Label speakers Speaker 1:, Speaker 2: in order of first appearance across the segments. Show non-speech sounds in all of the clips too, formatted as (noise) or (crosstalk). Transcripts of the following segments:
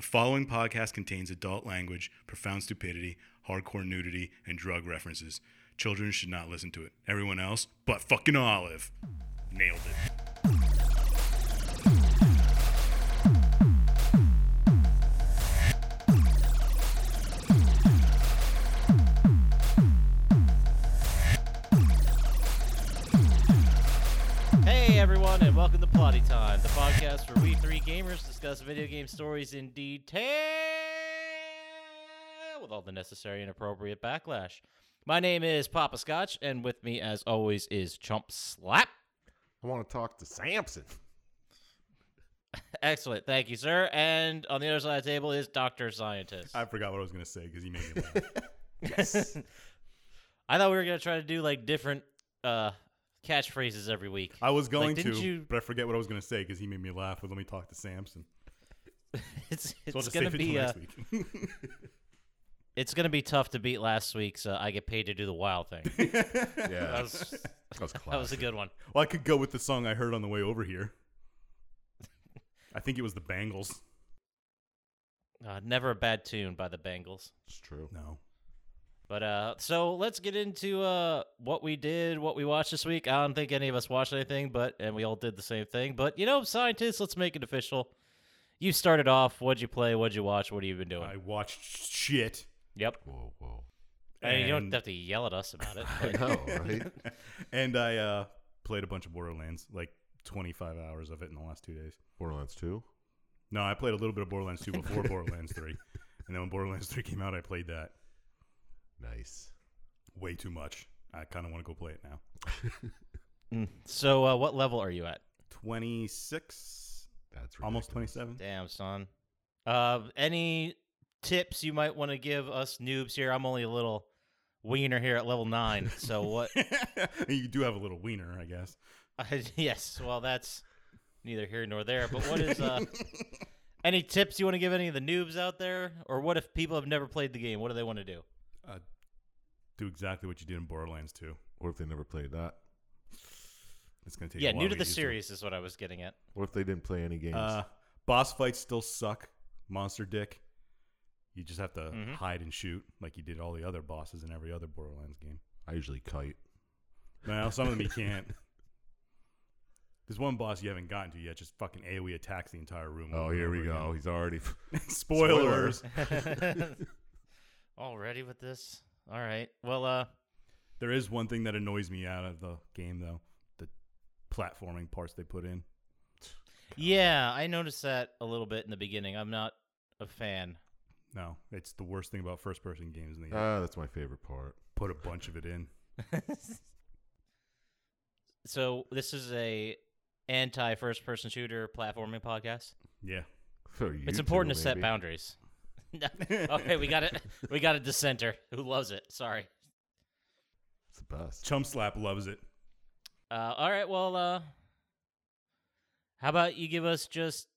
Speaker 1: following podcast contains adult language, profound stupidity, hardcore nudity, and drug references. Children should not listen to it. Everyone else, but fucking Olive. Nailed it.
Speaker 2: Hey everyone, and welcome to Plotty Time, the podcast where we three gamers discuss video game stories in detail with all the necessary and appropriate backlash. My name is Papa Scotch, and with me, as always, is Chump Slap.
Speaker 3: I want to talk to Samson.
Speaker 2: Excellent, thank you, sir. And on the other side of the table is Doctor Scientist.
Speaker 1: I forgot what I was going to say because you made me laugh.
Speaker 3: Yes.
Speaker 2: I thought we were gonna try to do like different uh, catchphrases every week.
Speaker 1: I was going
Speaker 2: didn't
Speaker 1: to,
Speaker 2: you-
Speaker 1: but I forget what I was going to say because he made me laugh with Let Me Talk to Samson.
Speaker 2: (laughs) It's
Speaker 1: So I'll
Speaker 2: it's
Speaker 1: just
Speaker 2: gonna
Speaker 1: save it till
Speaker 2: be uh,
Speaker 1: next week. (laughs)
Speaker 2: it's gonna be tough to beat last week's. Uh, I get paid to do the wild thing.
Speaker 3: (laughs) yeah.
Speaker 2: That was
Speaker 3: (laughs)
Speaker 2: that
Speaker 3: that was
Speaker 2: was a
Speaker 3: classic.
Speaker 2: good one.
Speaker 1: Well, I could go with the song I heard on the way over here. I think it was the Bangles.
Speaker 2: Uh, never a bad tune by the Bengals.
Speaker 3: It's true.
Speaker 1: No.
Speaker 2: But uh, so let's get into uh what we did, what we watched this week. I don't think any of us watched anything, but and we all did the same thing. But you know, scientists, let's make it official. You started off. What'd you play? What'd you watch? What have you been doing?
Speaker 1: I watched shit.
Speaker 2: yep.
Speaker 3: Whoa, whoa.
Speaker 2: And, you don't
Speaker 1: and-
Speaker 2: have to yell at us
Speaker 1: (laughs)
Speaker 2: about it.
Speaker 3: I
Speaker 2: but-
Speaker 3: know, right?
Speaker 1: and I uh, played a bunch of Borderlands, like 25 hours of it in the last two days.
Speaker 3: Borderlands 2.
Speaker 1: No, I played a little bit of Borderlands 2 before Borderlands 3. And then when Borderlands 3 came out, I played that
Speaker 3: Nice.
Speaker 1: way too much. I kind of want to go play it now.
Speaker 2: Mm. So uh, what level are you at?
Speaker 1: 26,
Speaker 3: That's ridiculous.
Speaker 1: almost 27.
Speaker 2: Damn, son. Uh, any tips you might want to give us noobs here? I'm only a little wiener here at level nine. So what?
Speaker 1: (laughs) you do have a little wiener, I guess.
Speaker 2: I (laughs) yes, well, that's neither here nor there. But what is uh, any tips you want to give any of the noobs out there, or what if people have never played the game? What do they want to do?
Speaker 1: Uh, do exactly what you did in Borderlands 2.
Speaker 3: What if they never played that?
Speaker 1: It's going to take
Speaker 2: yeah,
Speaker 1: a while
Speaker 2: new
Speaker 1: to
Speaker 2: to the
Speaker 1: get used it.
Speaker 2: series is what I was getting at. (laughs)
Speaker 3: What if they didn't play any games?
Speaker 1: Uh, boss fights still suck. Monster dick. You just have to
Speaker 2: Mhm.
Speaker 1: hide and shoot like you did all the other bosses in every other Borderlands game.
Speaker 3: I usually kite.
Speaker 1: Well, some of them you can't. There's one boss you haven't gotten to yet. Just fucking AOE attacks the entire room.
Speaker 3: Oh,
Speaker 1: over and
Speaker 3: here we
Speaker 1: over
Speaker 3: go.
Speaker 1: again. (laughs)
Speaker 3: He's already. (laughs)
Speaker 1: Spoilers.
Speaker 2: Already with this? All right. Well, uh,
Speaker 1: There is one thing that annoys me out of the game though: the platforming parts they put in.
Speaker 2: yeah, I noticed that a little bit in the beginning. I'm not a fan.
Speaker 1: No, it's the worst thing about first-person games. And they
Speaker 3: Ah, that's my favorite part.
Speaker 1: put a bunch of it in.
Speaker 2: so this is a anti first person shooter platforming podcast.
Speaker 1: Yeah. (laughs)
Speaker 3: For you
Speaker 2: it's important
Speaker 3: two,
Speaker 2: to set
Speaker 3: maybe.
Speaker 2: boundaries. (laughs) okay, we got it. (laughs) We got a dissenter who loves it. Sorry.
Speaker 3: It's the best.
Speaker 1: Chump Slap loves it.
Speaker 2: Uh, all right. Well, uh, how about you give us just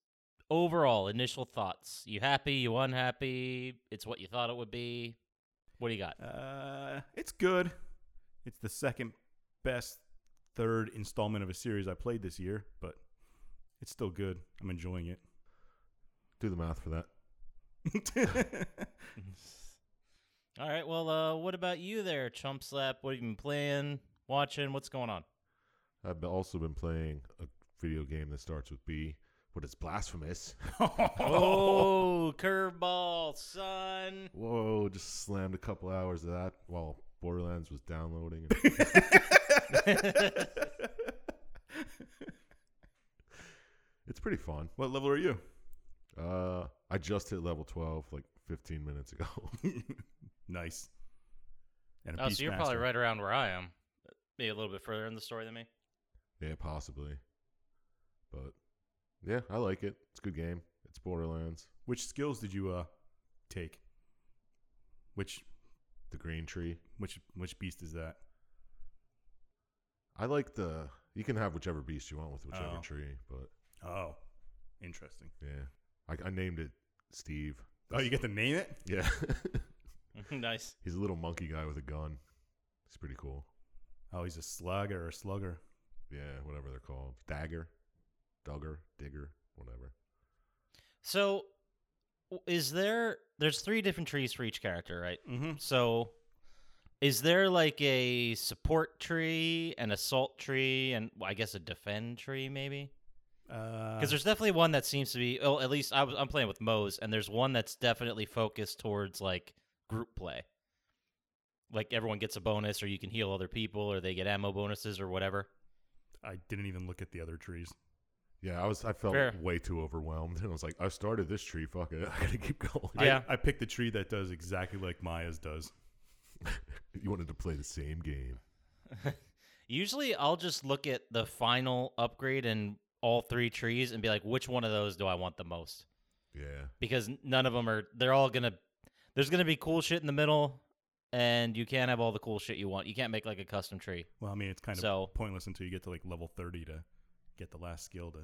Speaker 2: overall initial thoughts? You happy? You unhappy? It's what you thought it would be. What do you got?
Speaker 1: Uh, it's good. It's the second best third installment of a series I played this year, but it's still good. I'm enjoying it.
Speaker 3: Do the math for that.
Speaker 2: All right. Well, uh, what about you there, Chump Slap? What have you been playing, watching? What's going on?
Speaker 3: I've be- also been playing a video game that starts with B, but it's blasphemous.
Speaker 2: (laughs)
Speaker 1: (laughs)
Speaker 2: Oh, curveball, son.
Speaker 3: Whoa, just slammed a couple hours of that while Borderlands was downloading. And- it's pretty fun.
Speaker 1: what level are you? (laughs)
Speaker 3: Uh, I just hit level 12 like 15 minutes ago. (laughs)
Speaker 1: nice. And
Speaker 2: Oh, so you're probably
Speaker 1: master.
Speaker 2: right around where I am. Maybe a little bit further in the story than me. (laughs)
Speaker 3: yeah, possibly. But yeah, I like it. It's a good game. It's Borderlands,
Speaker 1: Which skills did you uh take? Which
Speaker 3: the green tree.
Speaker 1: which which beast is that?
Speaker 3: I like the. You can have whichever beast you want with whichever
Speaker 1: Oh.
Speaker 3: tree, but
Speaker 1: Oh, interesting.
Speaker 3: yeah. I, I named it Steve.
Speaker 1: Oh, you get to name it?
Speaker 3: (laughs) Yeah.
Speaker 2: nice.
Speaker 3: He's a little monkey guy with a gun. He's pretty cool.
Speaker 1: Oh, he's a slug or a slugger.
Speaker 3: Yeah, whatever they're called. Dagger, Dugger, Digger, whatever.
Speaker 2: So w- is there? There's three different trees for each character, right?
Speaker 1: Mm-hmm.
Speaker 2: So, is there like a support tree, an assault tree, and well, I guess a defend tree, maybe? Because
Speaker 1: Because
Speaker 2: there's definitely one that seems to be. Oh, at least I was, I'm playing with Moe's, and there's one that's definitely focused towards like group play. Like everyone gets a bonus, or you can heal other people, or they get ammo bonuses, or whatever.
Speaker 1: I didn't even look at the other trees.
Speaker 3: Yeah, I was. I felt
Speaker 2: Fair.
Speaker 3: way too overwhelmed, (laughs) and I was like, I started this tree. Fuck it, (laughs) I gotta keep going.
Speaker 1: I-
Speaker 2: Yeah.
Speaker 1: I, picked the tree that does exactly like Maya's does.
Speaker 3: you wanted to play the same game.
Speaker 2: Usually, I'll just look at the final upgrade and all three trees and be like, which one of those do I want the most?
Speaker 3: Yeah,
Speaker 2: Because n- none of them are. They're all gonna. There's gonna be cool shit in the middle, and you can't have all the cool shit you want. You can't make like a custom tree.
Speaker 1: Well, I mean, it's kind of
Speaker 2: So-
Speaker 1: pointless until you get to like level 30 to get the last skill to.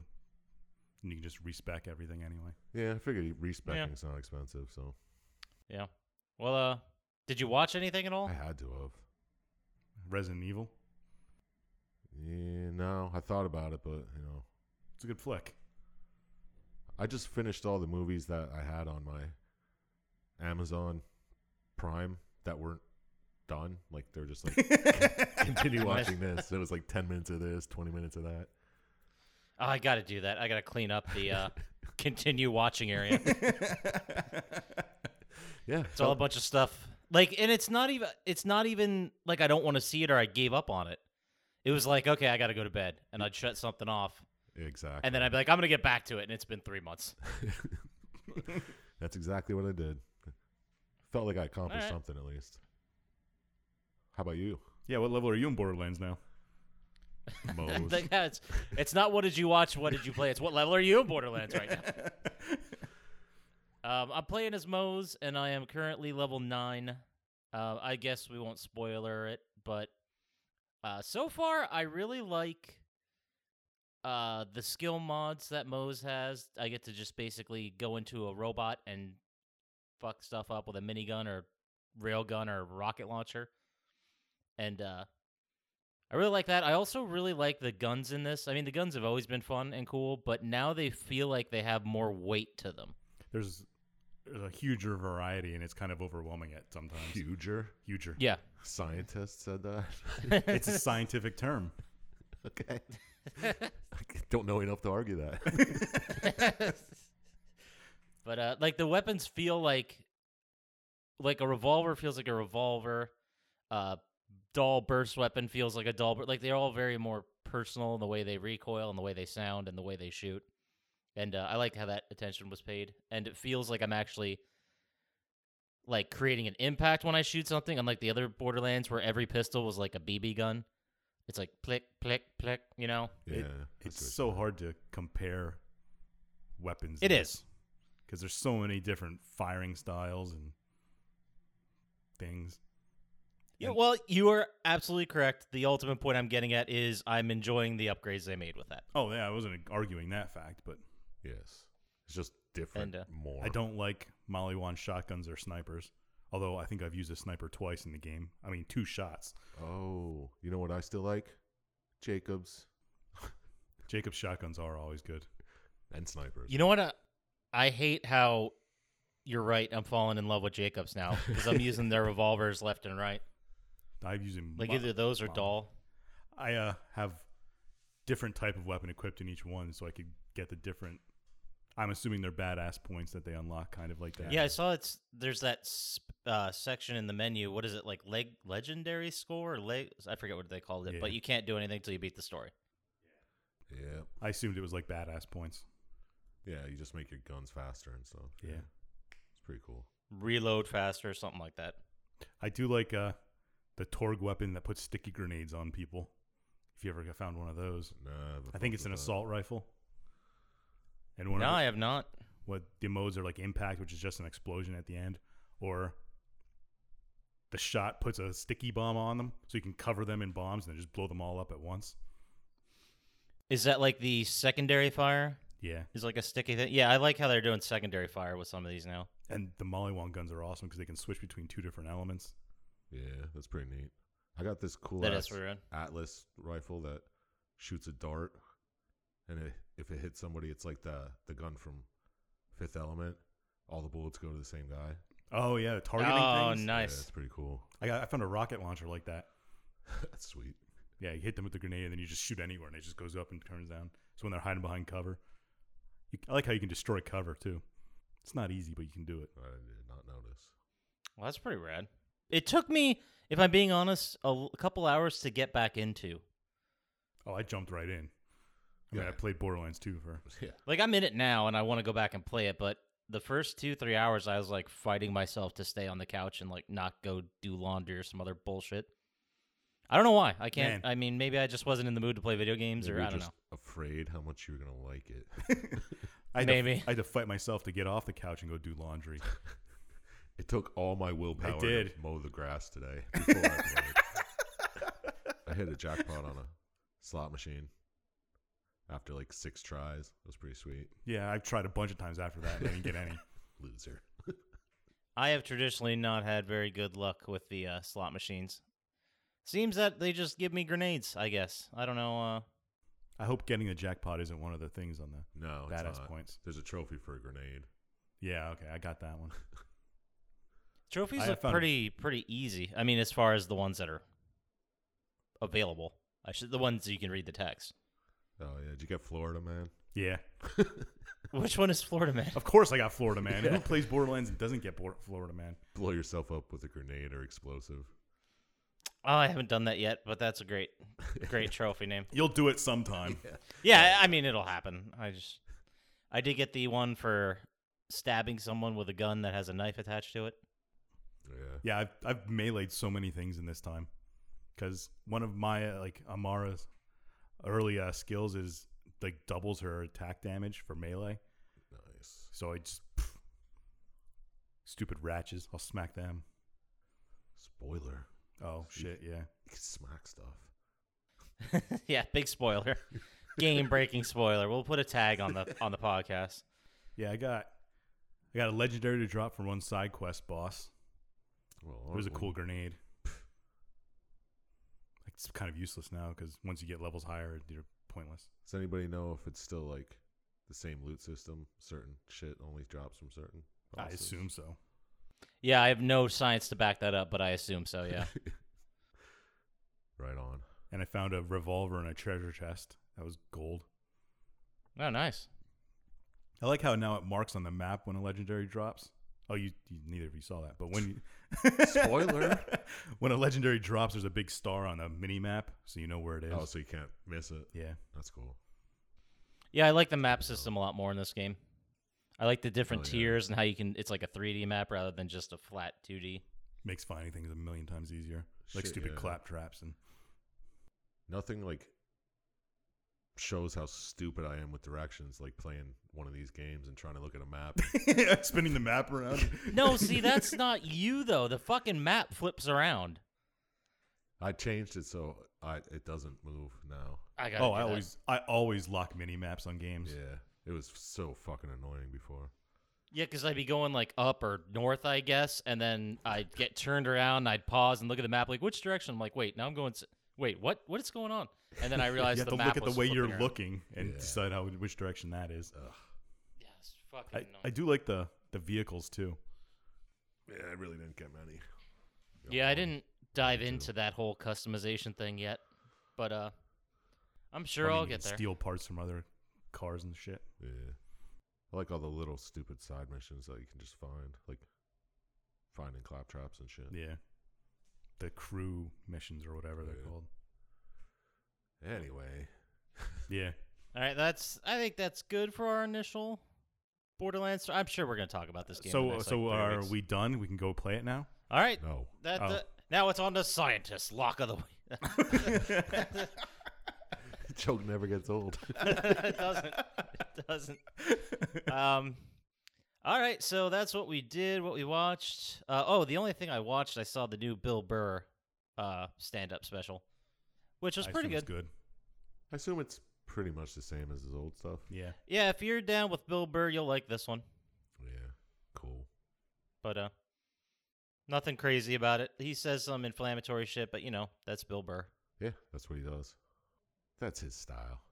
Speaker 1: And you can just respec everything anyway.
Speaker 3: yeah. I figured respecting is not expensive, so
Speaker 2: Yeah. Well, uh, did you watch anything at all?
Speaker 3: I had to have.
Speaker 1: Resident Evil.
Speaker 3: Yeah, no, I thought about it, but you know,
Speaker 1: It's a good flick.
Speaker 3: I just finished all the movies that I had on my Amazon Prime that weren't done. Like they're just
Speaker 2: (laughs)
Speaker 3: like continue watching this. It was like ten minutes of this, twenty minutes of that.
Speaker 2: Oh, I got to do that. I got to clean up
Speaker 1: (laughs)
Speaker 2: the uh, continue watching area.
Speaker 3: Yeah,
Speaker 2: It's all a bunch of stuff. Like, and it's not even. It's not even like I don't want to see it or I gave up on it. It was like, okay, I got to go to bed, and I'd shut something off,
Speaker 3: exactly.
Speaker 2: and then I'd be like, I'm gonna get back to it, and it's been three months. (laughs)
Speaker 3: (laughs) That's exactly what I did. Felt like I accomplished
Speaker 2: Alright.
Speaker 3: something at least. How about you?
Speaker 1: Yeah, what level are you in Borderlands now?
Speaker 3: Moe's.
Speaker 2: like, yeah, it's, it's not what did you watch, what did you play. It's what level are you in Borderlands right now? Um, I'm playing as Moe's, and I am currently level nine. Uh, I guess we won't spoiler it, but uh, so far I really like uh, the skill mods that Moe's has. I get to just basically go into a robot and fuck stuff up with a minigun or railgun or rocket launcher, and uh, I really like that. I also really like the guns in this. I mean, the guns have always been fun and cool, but now they feel like they have more weight to them.
Speaker 1: (laughs) There's there's a huger variety, and it's kind of overwhelming at sometimes.
Speaker 3: Huger
Speaker 1: Huger.
Speaker 2: Yeah.
Speaker 3: scientist said that. (laughs)
Speaker 1: It's a scientific term.
Speaker 3: okay, (laughs) I don't know enough to argue that.
Speaker 2: (laughs) but uh like the weapons feel like like a revolver feels like a revolver. Uh dull burst weapon feels like a dull bur- like they're all very more personal in the way they recoil and the way they sound and the way they shoot. And uh, I like how that attention was paid and it feels like I'm actually like creating an impact when I shoot something unlike the other Borderlands where every pistol was like a BB gun. It's like click click click, you know.
Speaker 3: Yeah,
Speaker 1: It-
Speaker 3: I see
Speaker 1: it's
Speaker 3: what
Speaker 1: so hard to compare weapons.
Speaker 2: It
Speaker 1: in
Speaker 2: is.
Speaker 1: this, because there's so many different firing styles and things.
Speaker 2: Yeah,
Speaker 1: And-
Speaker 2: well, you are absolutely correct. The ultimate point I'm getting at is I'm enjoying the upgrades they made with that.
Speaker 1: Oh yeah, I wasn't arguing that fact, but
Speaker 3: you're- yes, it's just different.
Speaker 2: And, uh,
Speaker 3: more.
Speaker 1: I don't like Molly Wan shotguns or snipers. Although I think I've used a sniper twice in the game. I mean, two shots.
Speaker 3: Oh, you know what I still like? Jacobs
Speaker 1: Jacob's shotguns are always good.
Speaker 3: and snipers.
Speaker 2: You know what? I, I hate how you're right. I'm falling in love with Jacobs now because I'm using (laughs) their revolvers left and right.
Speaker 1: I've used them
Speaker 2: Like
Speaker 1: mo-
Speaker 2: either those or
Speaker 1: mo-
Speaker 2: doll.
Speaker 1: I uh, have different type of weapon equipped in each one, so I could get the different. I'm assuming they're badass points that they unlock, kind of like that.
Speaker 2: Yeah, I saw it's there's that sp- uh, section in the menu. What is it like? Leg legendary score? Or leg? I forget what they called it, but
Speaker 1: Yeah.
Speaker 2: you can't do anything until you beat the story.
Speaker 3: yeah,
Speaker 1: I assumed it was like badass points.
Speaker 3: yeah. You just make your guns faster and stuff.
Speaker 1: Yeah.
Speaker 3: it's pretty cool.
Speaker 2: Reload faster or something like that.
Speaker 1: I do like uh, the Torg weapon that puts sticky grenades on people. If you ever got- found one of those,
Speaker 3: Nah, haven't
Speaker 1: I think
Speaker 3: fucked
Speaker 1: it's an
Speaker 3: with that.
Speaker 1: assault rifle. And one
Speaker 2: No,
Speaker 1: of
Speaker 2: I
Speaker 1: the,
Speaker 2: have not.
Speaker 1: what the modes are like impact, which is just an explosion at the end, or the shot puts a sticky bomb on them, so you can cover them in bombs and then just blow them all up at once.
Speaker 2: Is that like the secondary fire?
Speaker 1: Yeah,
Speaker 2: is like a sticky thing. Yeah, I like how they're doing secondary fire with some of these now.
Speaker 1: and the Mollywown guns are awesome because they can switch between two different elements.
Speaker 3: Yeah, that's pretty neat. I got this cool
Speaker 2: That
Speaker 3: ass
Speaker 2: is weird.
Speaker 3: Atlas rifle that shoots a dart, and it, if it hits somebody, it's like the the gun from Fifth Element. all the bullets go to the same guy.
Speaker 1: Oh yeah, the targeting
Speaker 2: Oh,
Speaker 1: things.
Speaker 3: Yeah,
Speaker 2: nice.
Speaker 3: that's pretty cool. (laughs)
Speaker 1: I got I found a rocket launcher like that.
Speaker 3: that's sweet.
Speaker 1: Yeah, you hit them with the grenade, and then you just shoot anywhere, and it just goes up and turns down. So when they're hiding behind cover, you, I like how you can destroy cover too. It's not easy, but you can do it.
Speaker 3: I did not notice.
Speaker 2: Well, that's pretty rad. It took me, if I'm being honest, a l- couple hours to get back into.
Speaker 1: Oh, I jumped right in. I mean,
Speaker 3: Yeah.
Speaker 1: I played Borderlands 2 for.
Speaker 3: Yeah,
Speaker 2: Like I'm in it now, and I want to go back and play it, but the first two three hours, I was like fighting myself to stay on the couch and like not go do laundry or some other bullshit. I don't know why. I
Speaker 1: Man.
Speaker 2: can't. I mean, maybe I just wasn't in the mood to play video games,
Speaker 3: Maybe
Speaker 2: or
Speaker 3: you're
Speaker 2: I don't
Speaker 3: just afraid how much you're gonna like it. (laughs)
Speaker 1: I had to-
Speaker 2: Maybe.
Speaker 1: I had to fight myself to get off the couch and go do laundry.
Speaker 3: It took all my willpower
Speaker 1: did.
Speaker 3: to mow the grass today. Before I,
Speaker 2: (laughs)
Speaker 3: played. I hit a jackpot on a slot machine after like six tries. It was pretty sweet.
Speaker 1: yeah, I tried a bunch of times after that and I didn't get any.
Speaker 3: Loser.
Speaker 2: know. I have traditionally not had very good luck with the uh, slot machines. Seems that they just give me grenades. I guess I don't know. Uh,
Speaker 1: I hope getting the jackpot isn't one of the things on the.
Speaker 3: No, it's
Speaker 1: Badass
Speaker 3: not.
Speaker 1: points.
Speaker 3: There's a trophy for a grenade.
Speaker 1: Yeah, okay, I got that one.
Speaker 2: Trophies
Speaker 1: I
Speaker 2: look
Speaker 1: found-
Speaker 2: pretty pretty easy. I mean, as far as the ones that are available, I should the ones you can read the text.
Speaker 3: Oh yeah, did you get Florida man?
Speaker 1: Yeah,
Speaker 2: Which one is Florida Man?
Speaker 1: of course I got Florida Man. Who plays Borderlands and doesn't get Bor- Florida Man?
Speaker 3: Blow yourself up with a grenade or explosive.
Speaker 2: Oh, I haven't done that yet, but that's a great great trophy name.
Speaker 1: You'll do it sometime.
Speaker 2: Yeah, I I mean it'll happen. I just I did get the one for stabbing someone with a gun that has a knife attached to it. (laughs)
Speaker 3: Yeah.
Speaker 1: Yeah, I've, I've meleeed so many things in this time because one of my uh, like Amara's early uh, skills is like doubles her attack damage for melee.
Speaker 3: Nice.
Speaker 1: So I just pff, stupid ratchets. I'll smack them.
Speaker 3: Spoiler.
Speaker 1: Oh shit, yeah.
Speaker 3: You can smack stuff.
Speaker 2: yeah, big spoiler. Game breaking spoiler. We'll put a tag on the on the podcast.
Speaker 1: Yeah, I got I got a legendary to drop from one side quest boss.
Speaker 3: Well,
Speaker 1: It was a
Speaker 3: aren't
Speaker 1: cool
Speaker 3: we-
Speaker 1: grenade. It's kind of useless now because once you get levels higher, you're pointless.
Speaker 3: Does anybody know if it's still like the same loot system? Certain shit only drops from certain.
Speaker 1: I
Speaker 3: bosses? (laughs)
Speaker 1: assume so.
Speaker 2: Yeah, I have no science to back that up, but I assume so,
Speaker 3: (laughs)
Speaker 2: yeah.
Speaker 3: Right on.
Speaker 1: And I found a revolver and a treasure chest that was gold.
Speaker 2: Oh nice.
Speaker 1: I like how now it marks on the map when a legendary drops. Oh, you, you neither of you saw that, but when you, (laughs)
Speaker 3: Spoiler.
Speaker 1: when a legendary drops, there's a big star on the mini map, so you know where it is.
Speaker 3: oh, so you can't miss it.
Speaker 1: yeah,
Speaker 3: That's cool.
Speaker 2: Yeah, I like the map system a lot more in this game. I like the different
Speaker 3: Oh, yeah.
Speaker 2: tiers and how you can. It's like a 3D map rather than just a flat 2D.
Speaker 1: makes finding things a million times easier. Like
Speaker 3: Shit,
Speaker 1: stupid
Speaker 3: yeah.
Speaker 1: clap traps and (laughs)
Speaker 3: Nothing like shows how stupid I am with directions. Like playing one of these games and trying to look at a map.
Speaker 1: spinning the map
Speaker 3: (laughs)
Speaker 1: around.
Speaker 2: No,
Speaker 1: (laughs)
Speaker 2: see, that's not you though. The fucking map flips around.
Speaker 3: I changed it so I it doesn't move now.
Speaker 2: I got.
Speaker 1: oh, I always I always lock mini maps on
Speaker 2: Mm.
Speaker 1: games.
Speaker 3: Yeah, it was so fucking annoying before.
Speaker 2: Yeah, because I'd be going like up or north, I guess, and then I'd get turned around. And I'd pause and look at the map, like which direction. I'm like, wait, now I'm going. s wait, what? What is going on? And then
Speaker 1: (laughs)
Speaker 2: I
Speaker 1: You
Speaker 2: realized
Speaker 1: have
Speaker 2: the
Speaker 1: to
Speaker 2: map
Speaker 1: look at the
Speaker 2: was
Speaker 1: way you're
Speaker 2: flipping around.
Speaker 1: looking and
Speaker 3: Yeah.
Speaker 1: decide how which direction that is.
Speaker 2: Yeah, it's
Speaker 3: Oh.
Speaker 2: fucking.
Speaker 1: I, I do like the the vehicles too.
Speaker 3: Yeah, I really didn't get many.
Speaker 2: Yeah,
Speaker 1: Oh,
Speaker 2: I didn't dive
Speaker 3: too.
Speaker 2: into that whole customization thing yet, but uh, I'm sure
Speaker 1: I mean,
Speaker 2: I'll
Speaker 1: you
Speaker 2: get
Speaker 1: can
Speaker 2: there.
Speaker 1: Steal parts from other cars and shit.
Speaker 3: Yeah. I like all the little stupid side missions that you can just find, like finding claptraps and shit.
Speaker 1: Yeah. The crew missions or whatever they're
Speaker 3: Yeah.
Speaker 1: called.
Speaker 3: Anyway,
Speaker 1: Yeah.
Speaker 2: All right, that's. I think that's good for our initial Borderlands. I'm sure we're gonna talk about this game. in the
Speaker 1: So
Speaker 2: next,
Speaker 1: so
Speaker 2: like, three
Speaker 1: are
Speaker 2: weeks.
Speaker 1: we done? We can go play it now.
Speaker 2: All right.
Speaker 3: no. (laughs)
Speaker 2: That
Speaker 1: Oh.
Speaker 2: that- now it's on to scientists. Lock of the week.
Speaker 3: Joke never
Speaker 2: (laughs)
Speaker 3: gets old.
Speaker 2: (laughs) it doesn't. It doesn't. Um. All right, so that's what we did, what we watched. Uh, oh, the only thing I watched, I saw the new Bill Burr uh, stand-up special, which was
Speaker 1: I
Speaker 2: pretty
Speaker 1: assume it's
Speaker 2: good.
Speaker 1: good.
Speaker 3: I assume it's pretty much the same as his old stuff.
Speaker 1: Yeah.
Speaker 2: Yeah, if you're down with Bill Burr, you'll like this one.
Speaker 3: Yeah. Cool.
Speaker 2: But uh nothing crazy about it. He says some inflammatory shit, but you know, that's Bill Burr.
Speaker 3: Yeah, that's what he does. That's his style.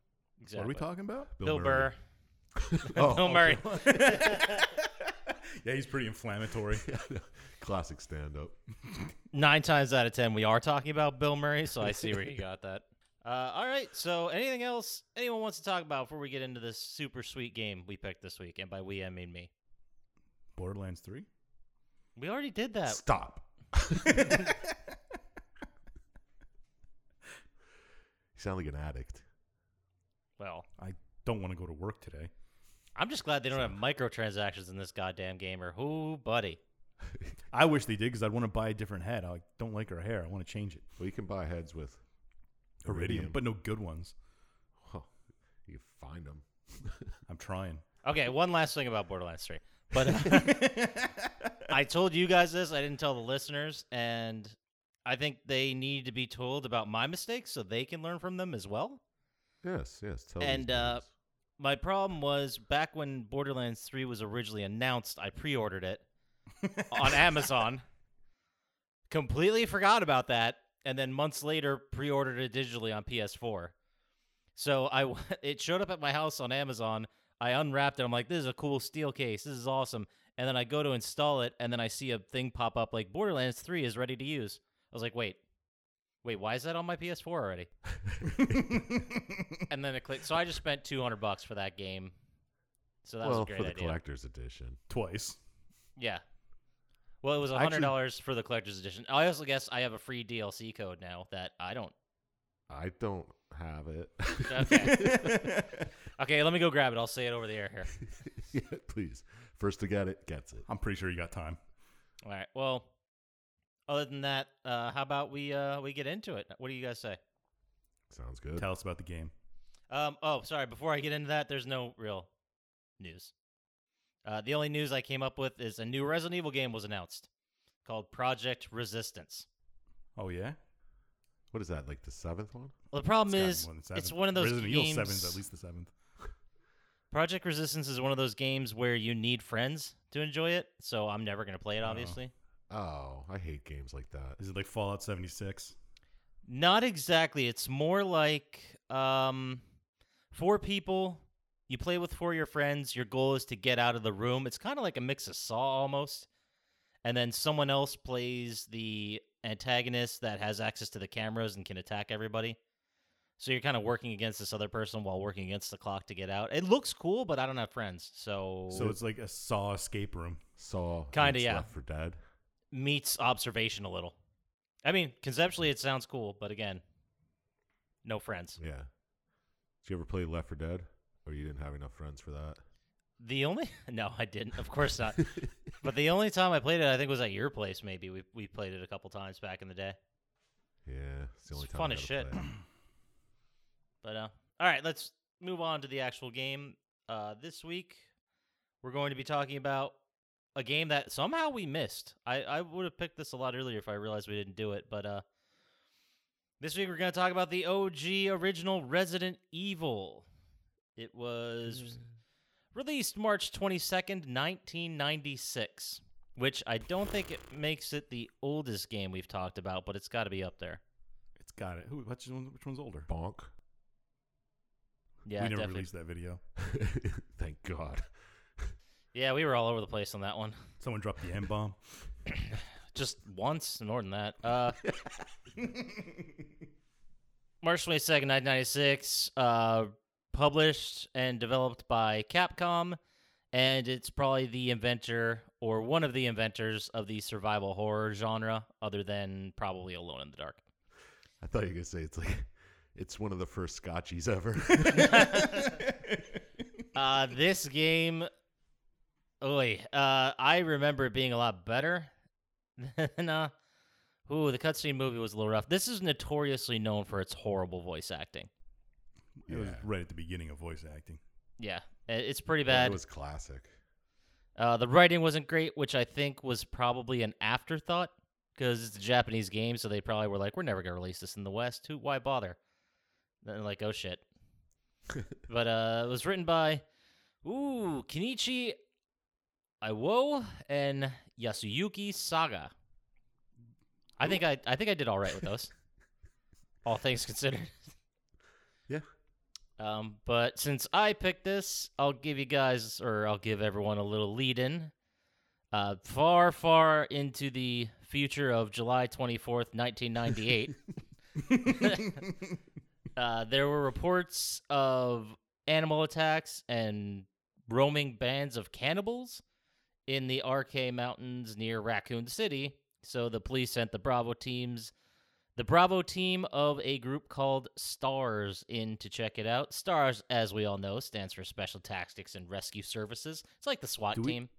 Speaker 2: Exactly.
Speaker 1: What
Speaker 2: (laughs)
Speaker 1: are we talking about?
Speaker 2: Bill, Burr.
Speaker 3: oh,
Speaker 2: Bill Murray.
Speaker 1: (laughs) yeah, he's pretty inflammatory.
Speaker 3: (laughs)
Speaker 2: (laughs)
Speaker 3: Classic stand up.
Speaker 2: Nine times out of ten, we are talking about Bill Murray, so I see where you got that. Uh, all right. So, anything else anyone wants to talk about before we get into this super sweet game we picked this week? And by we, I mean me.
Speaker 1: Borderlands Three.
Speaker 2: We already did that.
Speaker 3: Stop. (laughs) you sound like an addict.
Speaker 2: Well,
Speaker 1: I don't want to go to work today.
Speaker 2: I'm just glad they don't have microtransactions in this goddamn game, or who, buddy?
Speaker 1: I wish they did because I'd want to buy a different head. I don't like her hair. I want to change it.
Speaker 3: Well, you can buy heads with.
Speaker 1: Iridium, but no good ones.
Speaker 3: Oh, you can find them.
Speaker 1: I'm
Speaker 2: (laughs)
Speaker 1: trying.
Speaker 2: Okay, one last thing about Borderlands 3. But uh, I told you guys this, I didn't tell the listeners, and I think they need to be told about my mistakes so they can learn from them as well.
Speaker 3: Yes, yes. Tell these
Speaker 2: And, uh,
Speaker 3: dudes.
Speaker 2: My problem was back when Borderlands 3 was originally announced, I pre ordered it on Amazon. Completely forgot about that. And then months later, pre ordered it digitally on PS4. So I, w- (laughs) it showed up at my house on Amazon. I unwrapped it. I'm like, this is a cool steel case. This is awesome. And then I go to install it, and then I see a thing pop up like Borderlands 3 is ready to use. I was like, wait, wait, why is that on my PS4 already? and then it clicked. So I just spent 200 bucks for that game. So that was
Speaker 3: well,
Speaker 2: a great
Speaker 3: for the
Speaker 2: idea.
Speaker 3: collector's edition.
Speaker 1: Twice.
Speaker 2: yeah. Well, it was
Speaker 1: I
Speaker 2: $100
Speaker 1: actually-
Speaker 2: for the collector's edition. I also guess I have a free DLC code now that I don't.
Speaker 3: I don't have it.
Speaker 2: Okay. okay, let me go grab it. I'll say it over the air here.
Speaker 3: (laughs) yeah, please. First to get it gets it.
Speaker 1: (laughs) I'm pretty sure you got time.
Speaker 2: All right. Well, other than that, uh, how about we uh, we get into it? What do you guys say?
Speaker 3: Sounds good.
Speaker 1: Tell us about the game.
Speaker 2: Um, oh, sorry. Before I get into that, there's no real news. Uh, the only news I came up with is a new Resident Evil game was announced called Project Resistance.
Speaker 1: Oh yeah.
Speaker 3: What is that? Like the seventh one?
Speaker 2: Well, the problem
Speaker 1: gotta be
Speaker 2: is,
Speaker 1: more than
Speaker 2: it's
Speaker 1: seventh.
Speaker 2: one of those
Speaker 1: Resident
Speaker 2: games.
Speaker 1: Evil sevens, at least the seventh.
Speaker 2: Project Resistance is one of those games where you need friends to enjoy it. So I'm never going to play it,
Speaker 1: Oh.
Speaker 2: obviously.
Speaker 3: Oh, I hate games like that.
Speaker 1: Is it like Fallout 76?
Speaker 2: Not exactly. It's more like um, four people. You play with four of your friends. Your goal is to get out of the room. It's kind of like a mix of Saw almost. And then someone else plays the antagonist that has access to the cameras and can attack everybody. So you're kind of working against this other person while working against the clock to get out. It looks cool, but I don't have friends. So,
Speaker 1: So it's like a Saw escape room.
Speaker 3: Saw. and
Speaker 2: Kinda,
Speaker 3: it's
Speaker 2: yeah.
Speaker 3: Left for Dead.
Speaker 2: meets observation a little. I mean, conceptually it sounds cool, but again, no friends.
Speaker 3: Yeah. Did you ever play Left for Dead? Or you didn't have enough friends for that?
Speaker 2: The only (laughs) no, I didn't. Of course not. but the only time I played it, I think, was at your place. Maybe we we played it a couple times back in the day.
Speaker 3: Yeah, it's
Speaker 2: It's
Speaker 3: the only time.
Speaker 2: fun
Speaker 3: I
Speaker 2: as
Speaker 3: gotta
Speaker 2: shit. (clears throat)
Speaker 3: play it.
Speaker 2: But uh, all right, let's move on to the actual game. Uh, this week we're going to be talking about a game that somehow we missed. I I would have picked this a lot earlier if I realized we didn't do it. But uh, this week we're going to talk about the OG original Resident Evil. It was
Speaker 1: Hmm.
Speaker 2: released March 22nd, 1996, which I don't think it makes it the oldest game we've talked about, but it's got to be up there.
Speaker 1: It's got it. Who? Which, one, which one's older?
Speaker 3: Bonk. (laughs)
Speaker 2: Yeah,
Speaker 1: we never
Speaker 2: definitely.
Speaker 1: released that video.
Speaker 3: Thank God.
Speaker 2: Yeah, we were all over the place on that one.
Speaker 1: Someone dropped the M bomb.
Speaker 2: Just once, more than that. Uh, (laughs) March 22nd, 1996, uh, published and developed by Capcom, and it's probably the inventor or one of the inventors of the survival horror genre, other than probably Alone in the Dark.
Speaker 3: I thought you were gonna say it's like it's one of the first scotchies ever.
Speaker 2: uh, this game, oy, uh, I remember it being a lot better (laughs) than, uh, ooh, the cutscene movie was a little rough. This is notoriously known for its horrible voice acting.
Speaker 1: It was
Speaker 3: Yeah.
Speaker 1: right at the beginning of voice acting. (laughs)
Speaker 2: Yeah, i- it's pretty
Speaker 3: (laughs) That
Speaker 2: bad.
Speaker 3: was classic.
Speaker 2: Uh, the writing wasn't great, which I think was probably an afterthought because it's a Japanese game, so they probably were like, "We're never gonna release this in the West. Who? Why bother?" Then they're like, "Oh shit." but uh, it was written by, ooh, Kenichi Iwo and Yasuyuki Saga. I think I, I think I did all right with those. all things considered.
Speaker 3: Yeah.
Speaker 2: Um, but since I picked this, I'll give you guys, or I'll give everyone a little lead in uh, far, far into the future of July 24th, 1998, uh, there were reports of animal attacks and roaming bands of cannibals in the RK Mountains near Raccoon City. So the police sent the Bravo teams, the Bravo team of a group called STARS, in to check it out. STARS, as we all know, stands for Special Tactics and Rescue Services. It's like the SWAT
Speaker 1: Do we-
Speaker 2: team.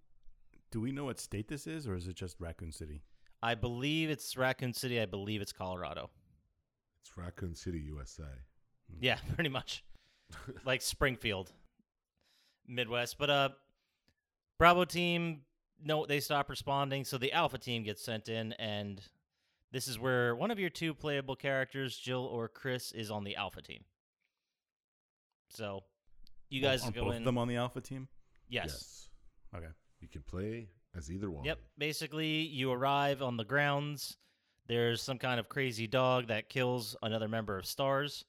Speaker 1: Do we know what state this is, or is it just Raccoon City?
Speaker 2: I believe it's Raccoon City. I believe it's Colorado.
Speaker 3: It's Raccoon City, USA.
Speaker 2: Yeah, (laughs) pretty much. like Springfield, Midwest. But uh, Bravo team, no, they stop responding. So the Alpha team gets sent in, and this is where one of your two playable characters, Jill or Chris, is on the Alpha team. So you guys
Speaker 1: are
Speaker 2: go
Speaker 1: both
Speaker 2: in.
Speaker 1: of them on the Alpha team?
Speaker 2: yes.
Speaker 1: Okay.
Speaker 3: You can play as either one.
Speaker 2: Yep. Basically, you arrive on the grounds. There's some kind of crazy dog that kills another member of Stars.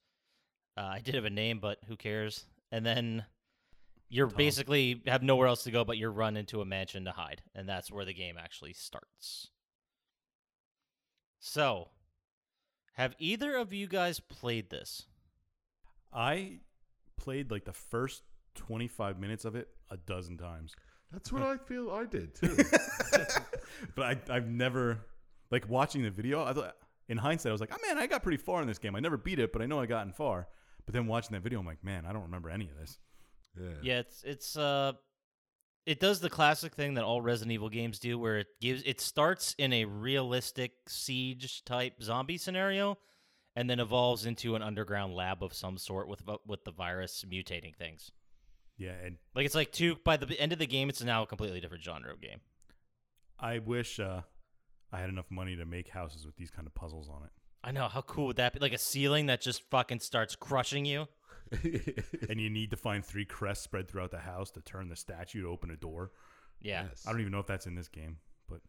Speaker 2: Uh, I did have a name, but who cares? And then you're
Speaker 1: Tom.
Speaker 2: basically have nowhere else to go, but you're run into a mansion to hide, and that's where the game actually starts. So, have either of you guys played this?
Speaker 1: I played like the first 25 minutes of it a dozen times,
Speaker 3: That's what I feel I
Speaker 2: (laughs)
Speaker 3: did too.
Speaker 1: (laughs) but I, I've never, like watching the video, I thought, in hindsight, I was like, oh man, I got pretty far in this game. I never beat it, but I know I gotten far. But then watching that video, I'm like, man, I don't remember any of this.
Speaker 3: yeah. (laughs)
Speaker 2: Yeah, it's it's uh it does the classic thing that all Resident Evil games do where it gives it starts in a realistic siege type zombie scenario and then evolves into an underground lab of some sort with vi- with the virus mutating things.
Speaker 1: Yeah, and
Speaker 2: Like it's like two by the b- end of the game it's now a completely different genre of game.
Speaker 1: I wish uh, I had enough money to make houses with these kind of puzzles on it.
Speaker 2: I know, how cool would that be? Like a ceiling that just fucking starts crushing you.
Speaker 1: and you need to find three crests spread throughout the house to turn the statue to open a door.
Speaker 2: Yeah.
Speaker 3: Yes.
Speaker 1: I don't even know if that's in this game, but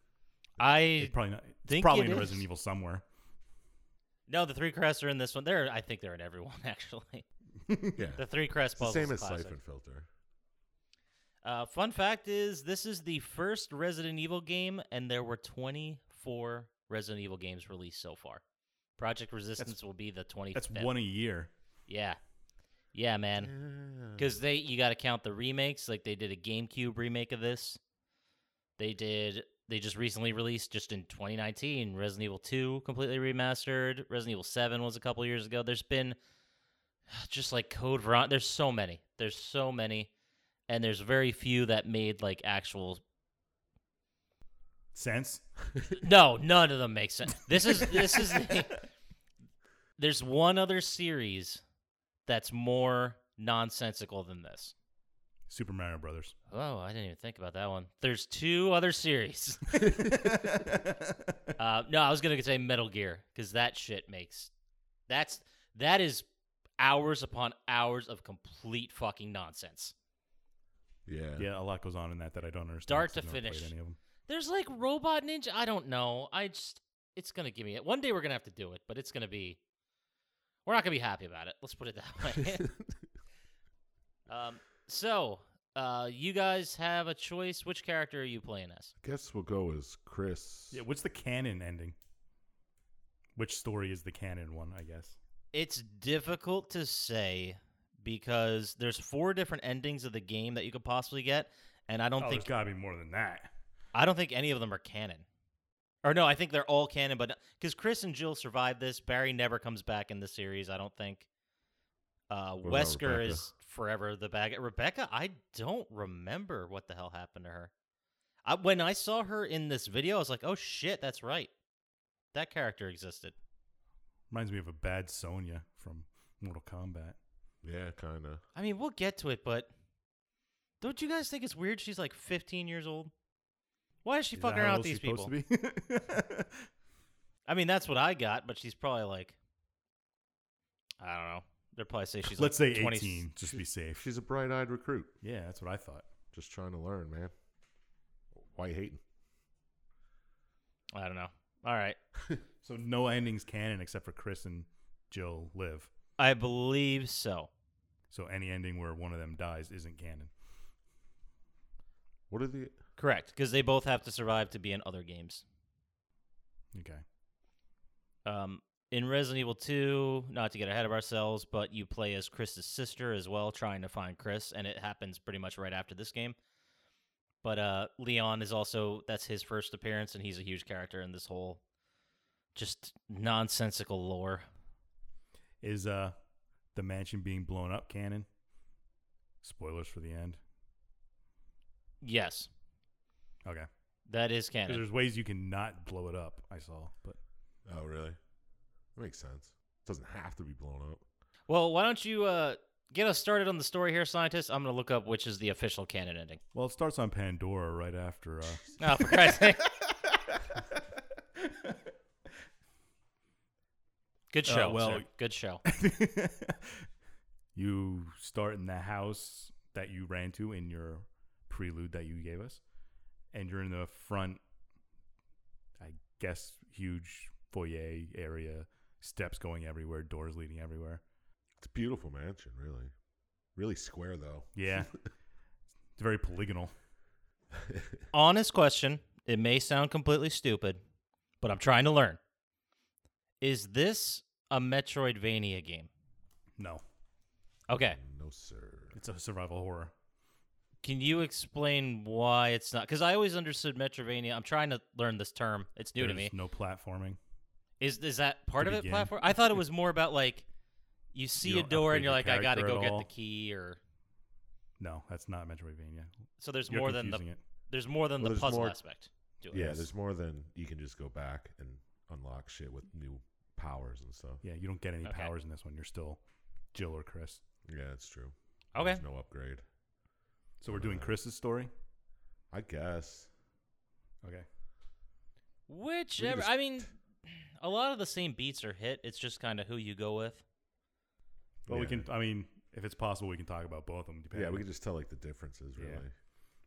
Speaker 2: I
Speaker 1: it's probably not. It's
Speaker 2: think
Speaker 1: probably
Speaker 2: it
Speaker 1: in
Speaker 2: is.
Speaker 1: Resident Evil somewhere.
Speaker 2: no, the three crests are in this one. They're I think they're in (laughs) everyone actually.
Speaker 3: (laughs) yeah.
Speaker 2: The three crest
Speaker 3: It's the
Speaker 2: puzzles.
Speaker 3: same as
Speaker 2: classic.
Speaker 3: Siphon Filter.
Speaker 2: Uh, fun fact is, this is the first Resident Evil game, and there were 24 Resident Evil games released so far. Project Resistance will be the 25th.
Speaker 1: That's one a year.
Speaker 2: Yeah, yeah, man.
Speaker 3: Mm.
Speaker 2: Because they, you got to count the remakes. Like they did a GameCube remake of this. They did. They just recently released, just in 2019, Resident Evil 2 completely remastered. Resident Evil 7 was a couple years ago. There's been (sighs) just like Code Veronica. There's so many. There's so many, and there's very few that made like actual
Speaker 1: Sense.
Speaker 2: No, none of them make sense. This is this is the, there's one other series that's more nonsensical than this.
Speaker 1: Super Mario Brothers.
Speaker 2: Oh, I didn't even think about that one. There's two other series. uh, no, I was gonna say Metal Gear because that shit makes that's that is hours upon hours of complete fucking nonsense.
Speaker 3: Yeah.
Speaker 1: Yeah, a lot goes on in that that I don't understand.
Speaker 2: Start
Speaker 1: 'cause I've
Speaker 2: to
Speaker 1: never played
Speaker 2: finish.
Speaker 1: Any of them.
Speaker 2: There's like robot ninja. I don't know. I just it's gonna give me it. One day we're gonna have to do it, but it's gonna be we're not gonna be happy about it. Let's put it that
Speaker 3: (laughs)
Speaker 2: way. um, so uh, you guys have a choice. Which character are you playing as?
Speaker 3: Guess we'll go as Chris.
Speaker 1: Yeah, what's the canon ending? Which story is the canon one? I guess.
Speaker 2: It's difficult to say because there's four different endings of the game that you could possibly get, and I don't
Speaker 1: oh,
Speaker 2: think
Speaker 1: there's got to be more than that.
Speaker 2: I don't think any of them are canon. Or no, I think they're all canon, but because Chris and Jill survived this, Barry never comes back in the series. I don't think. Uh,
Speaker 3: What about
Speaker 2: Wesker
Speaker 3: Rebecca?
Speaker 2: is forever the bag. Rebecca, I don't remember what the hell happened to her. I, when I saw her in this video, I was like, "Oh shit, that's right, that character existed."
Speaker 1: Reminds me of a bad Sonya from Mortal Kombat.
Speaker 3: Yeah, kind of.
Speaker 2: I mean, we'll get to it, but don't you guys think it's weird? She's like 15 years old. Why is she
Speaker 1: Is that
Speaker 2: fucking
Speaker 1: how
Speaker 2: around
Speaker 1: old
Speaker 2: with these
Speaker 1: she's
Speaker 2: people?
Speaker 1: supposed to be? (laughs)
Speaker 2: I mean, that's what I got, but she's probably like, I don't know. They're probably say she's
Speaker 1: Let's
Speaker 2: like
Speaker 1: say
Speaker 2: 20
Speaker 1: 18, just to be safe.
Speaker 3: She's a bright eyed recruit.
Speaker 1: Yeah, that's what I thought.
Speaker 3: Just trying to learn, man. Why you hating?
Speaker 2: I don't know. All right,
Speaker 1: So no endings canon except for Chris and Jill live.
Speaker 2: I believe so.
Speaker 1: So any ending where one of them dies isn't canon.
Speaker 3: What are the
Speaker 2: Correct, because they both have to survive to be in other games.
Speaker 1: Okay.
Speaker 2: Um, in Resident Evil 2, not to get ahead of ourselves, but you play as Chris's sister as well, trying to find Chris, and it happens pretty much right after this game. But uh, Leon is also that's his first appearance, and he's a huge character in this whole just nonsensical lore.
Speaker 1: Is uh the mansion being blown up canon? Spoilers for the end.
Speaker 2: Yes,
Speaker 1: Okay.
Speaker 2: that is
Speaker 1: Because
Speaker 2: canon.
Speaker 1: there's ways you can not blow it up. I saw, but
Speaker 3: Oh, really? That makes sense. Doesn't have to be blown up.
Speaker 2: Well, why don't you uh, get us started on the story here, scientist? I'm gonna look up which is the official canon ending.
Speaker 1: well, it starts on Pandora right after. Uh,
Speaker 2: Oh, for Christ's sake! Good
Speaker 1: Uh,
Speaker 2: show.
Speaker 1: well-
Speaker 2: sir. good show.
Speaker 1: uh, (laughs) you start in the house that you ran to in your prelude that you gave us, and you're in the front, I guess, huge foyer area, steps going everywhere, doors leading everywhere.
Speaker 3: It's a beautiful mansion, really. Really square, though.
Speaker 2: (laughs)
Speaker 1: Yeah. it's very polygonal.
Speaker 2: honest question. It may sound completely stupid, but I'm trying to learn. Is this a Metroidvania game?
Speaker 1: No,
Speaker 2: Okay.
Speaker 3: No, sir.
Speaker 1: it's a survival horror.
Speaker 2: Can you explain why it's not? Because I always understood Metroidvania. I'm trying to learn this term. It's new to
Speaker 1: There's
Speaker 2: me.
Speaker 1: no platforming.
Speaker 2: Is is that part
Speaker 1: to
Speaker 2: of it?
Speaker 1: begin.
Speaker 2: Platform? I thought it was more about like you see
Speaker 1: don't
Speaker 2: a door
Speaker 1: upgrade
Speaker 2: and you're
Speaker 1: your
Speaker 2: like, I got to
Speaker 1: character
Speaker 2: go
Speaker 1: at
Speaker 2: get
Speaker 1: all.
Speaker 2: the key, or
Speaker 1: No, that's not Metroidvania.
Speaker 2: so there's
Speaker 1: You're
Speaker 2: more than
Speaker 1: confusing
Speaker 2: the
Speaker 1: it.
Speaker 2: there's more than
Speaker 3: Well,
Speaker 2: the
Speaker 3: there's
Speaker 2: puzzle
Speaker 3: more-
Speaker 2: aspect. To it.
Speaker 3: Yeah,
Speaker 1: Yes.
Speaker 3: there's more than you can just go back and unlock shit with new powers and stuff.
Speaker 1: Yeah, you don't get any
Speaker 2: Okay.
Speaker 1: powers in this one. You're still Jill or Chris.
Speaker 3: Yeah, that's true.
Speaker 2: Okay.
Speaker 3: There's no upgrade.
Speaker 1: So we're doing
Speaker 3: Uh,
Speaker 1: Chris's story.
Speaker 3: I guess.
Speaker 1: Okay.
Speaker 2: Whichever.
Speaker 3: just-
Speaker 2: I mean, a lot of the same beats are hit. It's just kind of who you go with.
Speaker 1: Well, we
Speaker 3: Yeah.
Speaker 1: can. I mean, if it's possible, we can talk about both of them. Depending.
Speaker 3: Yeah, we can just tell like the differences,
Speaker 1: Yeah.
Speaker 3: really.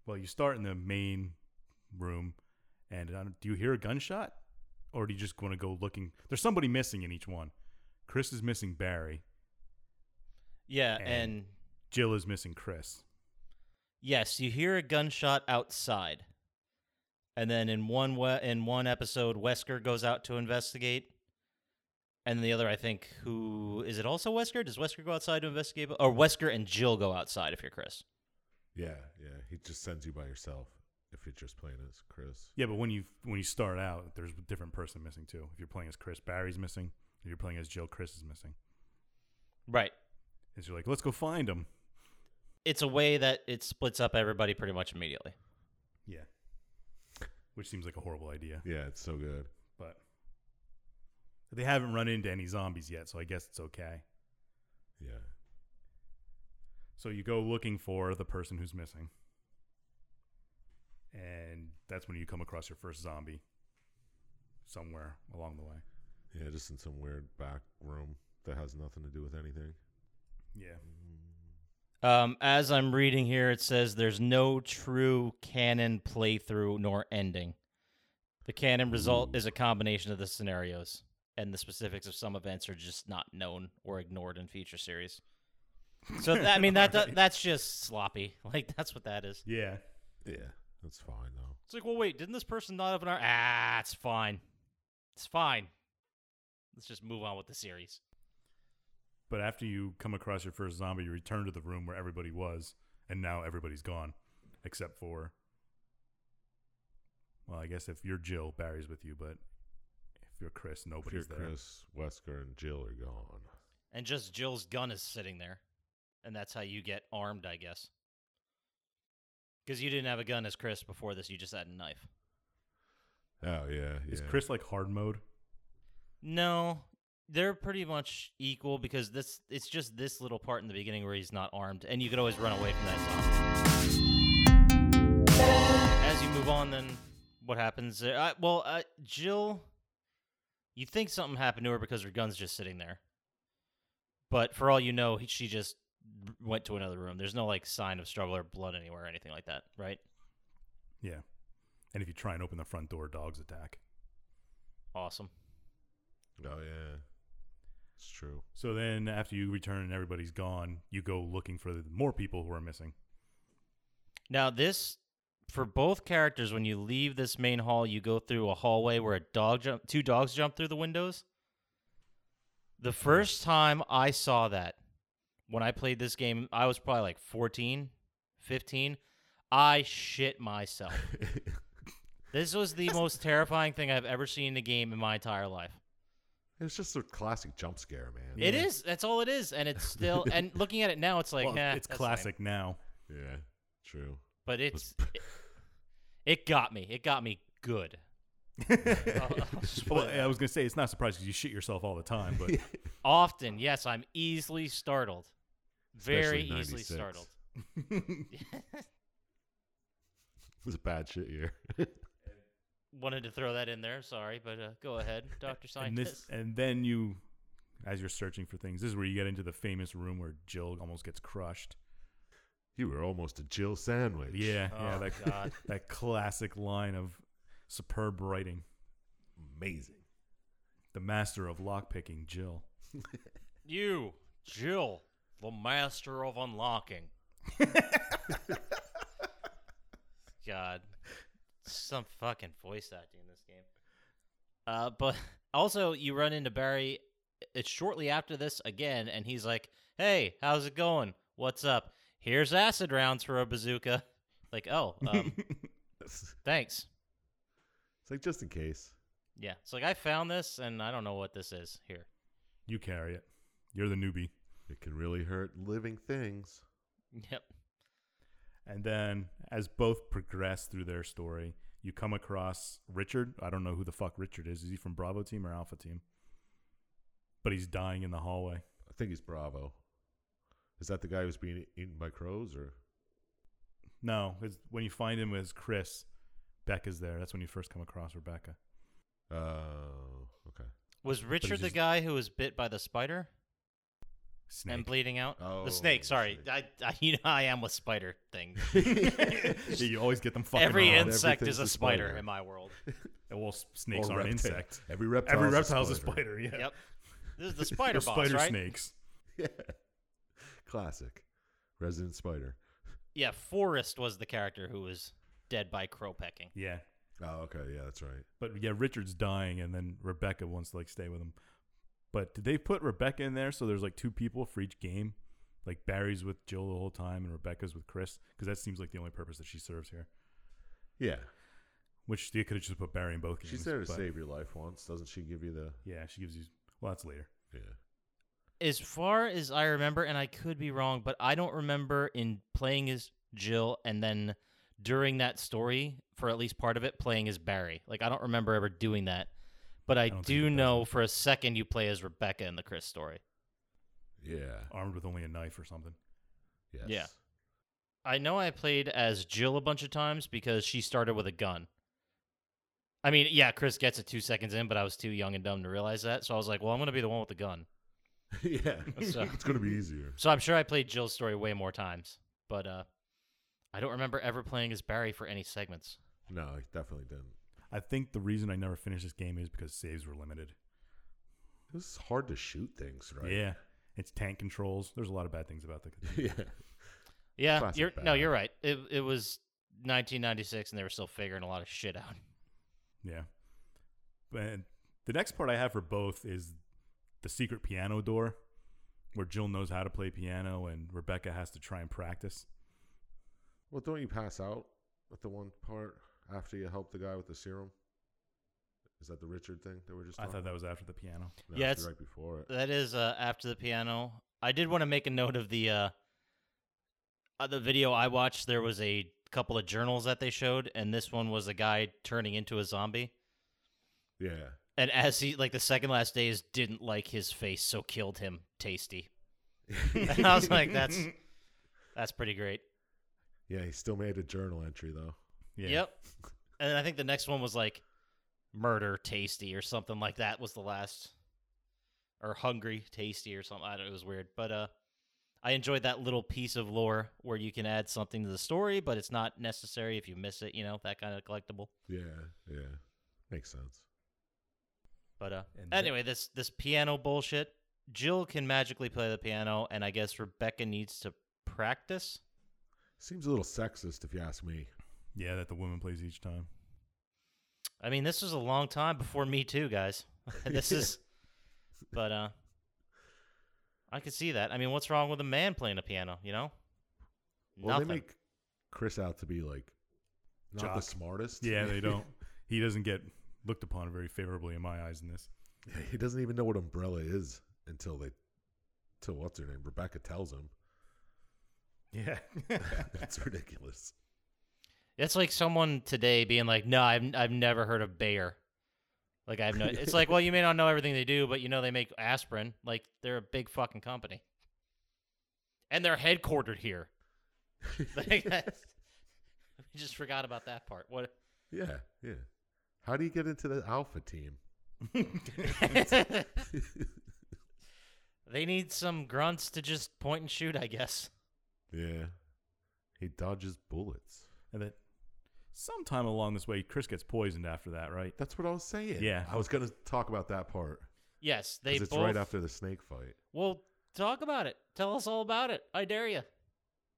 Speaker 1: Well, you start in the main room, and I don't- do you hear a gunshot, or do you just want to go looking? There's somebody missing in each one. Chris is missing Barry.
Speaker 2: Yeah,
Speaker 1: And-
Speaker 2: and
Speaker 1: Jill is missing Chris.
Speaker 2: Yes, you hear a gunshot outside. And then in one we- in one episode Wesker goes out to investigate. And the other I think who is it also Wesker? Does Wesker go outside to investigate or Wesker and Jill go outside if you're Chris?
Speaker 3: Yeah. yeah, He just sends you by yourself if you're just playing as Chris.
Speaker 1: Yeah, but when you when you start out, there's a different person missing too. If you're playing as Chris, Barry's missing. If you're playing as Jill, Chris is missing.
Speaker 2: Right.
Speaker 1: And you're like, let's go find him.
Speaker 2: It's a way that it splits up everybody pretty much immediately.
Speaker 1: Yeah. Which seems like a horrible idea,
Speaker 3: Yeah, it's so good.
Speaker 1: but they haven't run into any zombies yet, so I guess it's okay.
Speaker 3: Yeah.
Speaker 1: So you go looking for the person who's missing. And that's when you come across your first zombie somewhere along the way.
Speaker 3: Yeah, just in some weird back room that has nothing to do with anything.
Speaker 1: Yeah.
Speaker 2: Um, as I'm reading here, it says there's no true canon playthrough nor ending. The canon result
Speaker 3: Ooh.
Speaker 2: is a combination of the scenarios, and the specifics of some events are just not known or ignored in future series. (laughs) So that, I
Speaker 1: (laughs)
Speaker 2: mean that, that that's just sloppy. (laughs) Like that's what that is.
Speaker 1: Yeah.
Speaker 3: Yeah, that's fine though.
Speaker 2: It's like, well, wait, didn't this person not have an R? Ah, it's fine. It's fine. Let's just move on with the series.
Speaker 1: But after you come across your first zombie, you return to the room where everybody was, and now everybody's gone except for Well, I guess if you're Jill, Barry's with you, but if you're Chris,
Speaker 3: If
Speaker 1: nobody's
Speaker 3: you're
Speaker 1: there.
Speaker 3: Chris, Wesker, and Jill are gone.
Speaker 2: And just Jill's gun is sitting there. And that's how you get armed, I guess. Because you didn't have a gun as Chris before this, you just had a knife.
Speaker 3: Oh yeah, yeah.
Speaker 1: Is Chris like hard mode?
Speaker 2: No, they're pretty much equal because this it's just this little part in the beginning where he's not armed, and you could always run away from that zombie. As you move on, then what happens? there- I, well, uh, Jill, you think something happened to her because her gun's just sitting there, but for all you know, he, she just went to another room. There's no like sign of struggle or blood anywhere or anything like that, right?
Speaker 1: Yeah. And if you try and open the front door, dogs attack.
Speaker 2: Awesome.
Speaker 3: Oh yeah,
Speaker 1: (laughs)
Speaker 3: it's true. (laughs)
Speaker 1: So then, after you return and everybody's gone, you go looking for the more people who are missing.
Speaker 2: Now this for both characters, when you leave this main hall, you go through a hallway where a dog jump, two dogs jump through the windows. The first time I saw that, when I played this game, I was probably like 14, 15. I shit myself. this was the most terrifying thing I've ever seen in a game in my entire life.
Speaker 3: It's just a classic jump scare, man.
Speaker 2: It is. That's all it is, and it's still. And
Speaker 1: (laughs)
Speaker 2: looking at it now, it's like,
Speaker 1: well,
Speaker 2: nah,
Speaker 1: it's
Speaker 2: that's lame.
Speaker 1: classic
Speaker 2: (laughs)
Speaker 1: now.
Speaker 3: Yeah,
Speaker 1: (laughs)
Speaker 3: true.
Speaker 2: But it's it, it got me. It got me good. I'll- I'll just put
Speaker 1: Well,
Speaker 2: it
Speaker 1: I was gonna say it's not surprising because you shit yourself all the time, but
Speaker 2: Often, yes, I'm easily startled. Very
Speaker 3: Especially
Speaker 2: easily
Speaker 3: 96.
Speaker 2: startled.
Speaker 3: It was a bad shit year. (laughs)
Speaker 2: Wanted to throw that in there. Sorry, but uh, go (laughs) ahead, Doctor
Speaker 1: and this
Speaker 2: (laughs) Scientist.
Speaker 1: and then you, as you're searching for things, this is where you get into the famous room where Jill almost gets crushed.
Speaker 3: you were almost a Jill sandwich.
Speaker 1: Yeah, yeah,
Speaker 2: Oh,
Speaker 1: that
Speaker 2: God.
Speaker 1: (laughs) that classic line of superb writing.
Speaker 3: Amazing. (laughs)
Speaker 1: The master of lockpicking, Jill.
Speaker 2: (laughs) you, Jill, the master of unlocking. (laughs) God, some fucking voice acting in this game. Uh, but (laughs) also, you run into Barry. uh, It's shortly after this again, and he's like, "Hey, how's it going? What's up? Here's acid rounds for a bazooka." (laughs) Like, oh, um,
Speaker 3: It's
Speaker 2: thanks.
Speaker 3: like just in case.
Speaker 2: Yeah, it's like I found this, and I don't know what this is here.
Speaker 1: You carry it. You're the newbie.
Speaker 3: It can really hurt living things.
Speaker 2: (laughs) Yep.
Speaker 1: And then, as both progress through their story, you come across Richard. I don't know who the fuck Richard is. Is he from Bravo Team or Alpha Team? But he's dying in the hallway.
Speaker 3: I think he's Bravo. Is that the guy who's being eaten by crows or
Speaker 1: No, 'cause when you find him as Chris, Becca's there. That's when you first come across Rebecca.
Speaker 3: Oh, okay.
Speaker 2: Was Richard the
Speaker 1: just-
Speaker 2: guy who was bit by the spider and
Speaker 1: Snake.
Speaker 2: bleeding out?
Speaker 3: Oh,
Speaker 2: the snake. Sorry,
Speaker 3: snake.
Speaker 2: I, I you know how I am with spider thing.
Speaker 1: (laughs) Yeah, you always get them (laughs) fucking
Speaker 2: Every
Speaker 1: wrong.
Speaker 2: insect is
Speaker 3: Everything's
Speaker 2: a
Speaker 3: a
Speaker 2: spider,
Speaker 3: spider.
Speaker 2: in my world.
Speaker 1: well, s- snakes
Speaker 3: Or
Speaker 1: are an
Speaker 3: reptile.
Speaker 1: insect.
Speaker 3: Every reptile.
Speaker 1: Every
Speaker 3: is
Speaker 1: reptile is a
Speaker 3: (laughs)
Speaker 1: spider. (laughs) Yeah.
Speaker 2: Yep. This is the
Speaker 1: They're (laughs)
Speaker 2: spider boss,
Speaker 1: spider
Speaker 2: right?
Speaker 1: snakes.
Speaker 3: Classic. Resident spider.
Speaker 2: Yeah, Forrest was the character who was dead by crow pecking.
Speaker 1: Yeah.
Speaker 3: Oh, okay. Yeah, that's right.
Speaker 1: But yeah, Richard's dying, and then Rebecca wants to like stay with him. But did they put Rebecca in there so there's like two people for each game? Like Barry's with Jill the whole time, and Rebecca's with Chris, because that seems like the only purpose that she serves here.
Speaker 3: Yeah.
Speaker 1: Which they could have just put Barry in both games.
Speaker 3: She's there to
Speaker 1: but-
Speaker 3: save your life once. Doesn't she give you the.
Speaker 1: Yeah, she gives you. Well, that's later.
Speaker 3: Yeah.
Speaker 2: As far as I remember, and I could be wrong, but I don't remember in playing as Jill and then during that story, for at least part of it, playing as Barry. Like I don't remember ever doing that. But I,
Speaker 1: don't think it
Speaker 2: do
Speaker 1: does
Speaker 2: know for a second you play as Rebecca in the Chris story.
Speaker 3: Yeah.
Speaker 1: Armed with only a knife or something.
Speaker 3: Yes.
Speaker 2: Yeah. I know I played as Jill a bunch of times because she started with a gun. I mean, yeah, Chris gets it two seconds in, but I was too young and dumb to realize that. So I was like, well, I'm going to be the one with the gun.
Speaker 3: (laughs) yeah.
Speaker 2: So-
Speaker 3: it's going to be easier.
Speaker 2: So I'm sure I played Jill's story way more times. But uh, I don't remember ever playing as Barry for any segments.
Speaker 3: No, it definitely didn't.
Speaker 1: I think the reason I never finished this game is because saves were limited.
Speaker 3: It was hard to shoot things, right?
Speaker 1: Yeah, it's tank controls. There's a lot of bad things about the.
Speaker 3: (laughs) yeah.
Speaker 2: Yeah,
Speaker 3: Classic
Speaker 2: you're no,
Speaker 3: Barry.
Speaker 2: you're right. It, it was 1996, and they were still figuring a lot of shit out.
Speaker 1: Yeah. But the next part I have for both is the secret piano door, where Jill knows how to play piano and Rebecca has to try and practice.
Speaker 3: Well, don't you pass out at the one part after you help the guy with the serum? Is that the Richard thing that we're just
Speaker 1: I
Speaker 3: talking
Speaker 1: thought that was after the piano.
Speaker 3: No,
Speaker 2: Yeah,
Speaker 3: it's
Speaker 2: it's-
Speaker 3: right before it.
Speaker 2: (laughs) That is uh, after the piano. I did want to make a note of the uh, uh, the video I watched. There was a couple of journals that they showed, and this one was a guy turning into a zombie.
Speaker 3: Yeah.
Speaker 2: And as he like the second last days didn't like his face, so killed him. Tasty. and I was like, that's that's pretty great.
Speaker 3: Yeah, he still made a journal entry though.
Speaker 1: Yeah.
Speaker 2: Yep. And I think the next one was like murder tasty or something like that was the last or hungry tasty or something. I don't know, it was weird. But uh I enjoyed that little piece of lore where you can add something to the story, but it's not necessary if you miss it, you know, that kind of collectible.
Speaker 3: Yeah, yeah. Makes sense.
Speaker 2: But uh
Speaker 1: And th-
Speaker 2: anyway, this this piano bullshit. Jill can magically play the piano and I guess Rebecca needs to practice.
Speaker 3: Seems a little sexist if you ask me.
Speaker 1: Yeah, that the woman plays each time.
Speaker 2: I mean, this was a long time before Me Too,
Speaker 3: (laughs)
Speaker 2: guys. this is, but uh, I could see that. I mean, what's wrong with a man playing a piano? You know,
Speaker 3: Well,
Speaker 2: nothing.
Speaker 3: they make Chris out to be like not the
Speaker 1: Jock.
Speaker 3: smartest.
Speaker 1: Yeah,
Speaker 3: (laughs)
Speaker 1: they don't. He doesn't get looked upon very favorably in my eyes in this.
Speaker 3: he doesn't even know what umbrella is until they, till what's her name? Rebecca tells him. (laughs)
Speaker 1: Yeah. (laughs)
Speaker 3: That's ridiculous.
Speaker 2: That's like someone today being like, "No, I've I've never heard of Bayer." Like I've no. It's like, well, you may not know everything they do, but you know they make aspirin. Like they're a big fucking company, and they're headquartered here. (laughs) Like, that's- we just forgot about that part. What? (laughs)
Speaker 3: Yeah, yeah. How do you get into the alpha team?
Speaker 2: they need some grunts to just point and shoot, I guess.
Speaker 3: Yeah. He dodges bullets.
Speaker 1: and then sometime along this way, Chris gets poisoned after that, right?
Speaker 3: That's what I was saying.
Speaker 1: Yeah.
Speaker 3: I was going to talk about that part.
Speaker 2: Yes, they
Speaker 3: 'cause it's
Speaker 2: both.
Speaker 3: right after the snake fight.
Speaker 2: Well, talk about it. Tell us all about it. I dare you.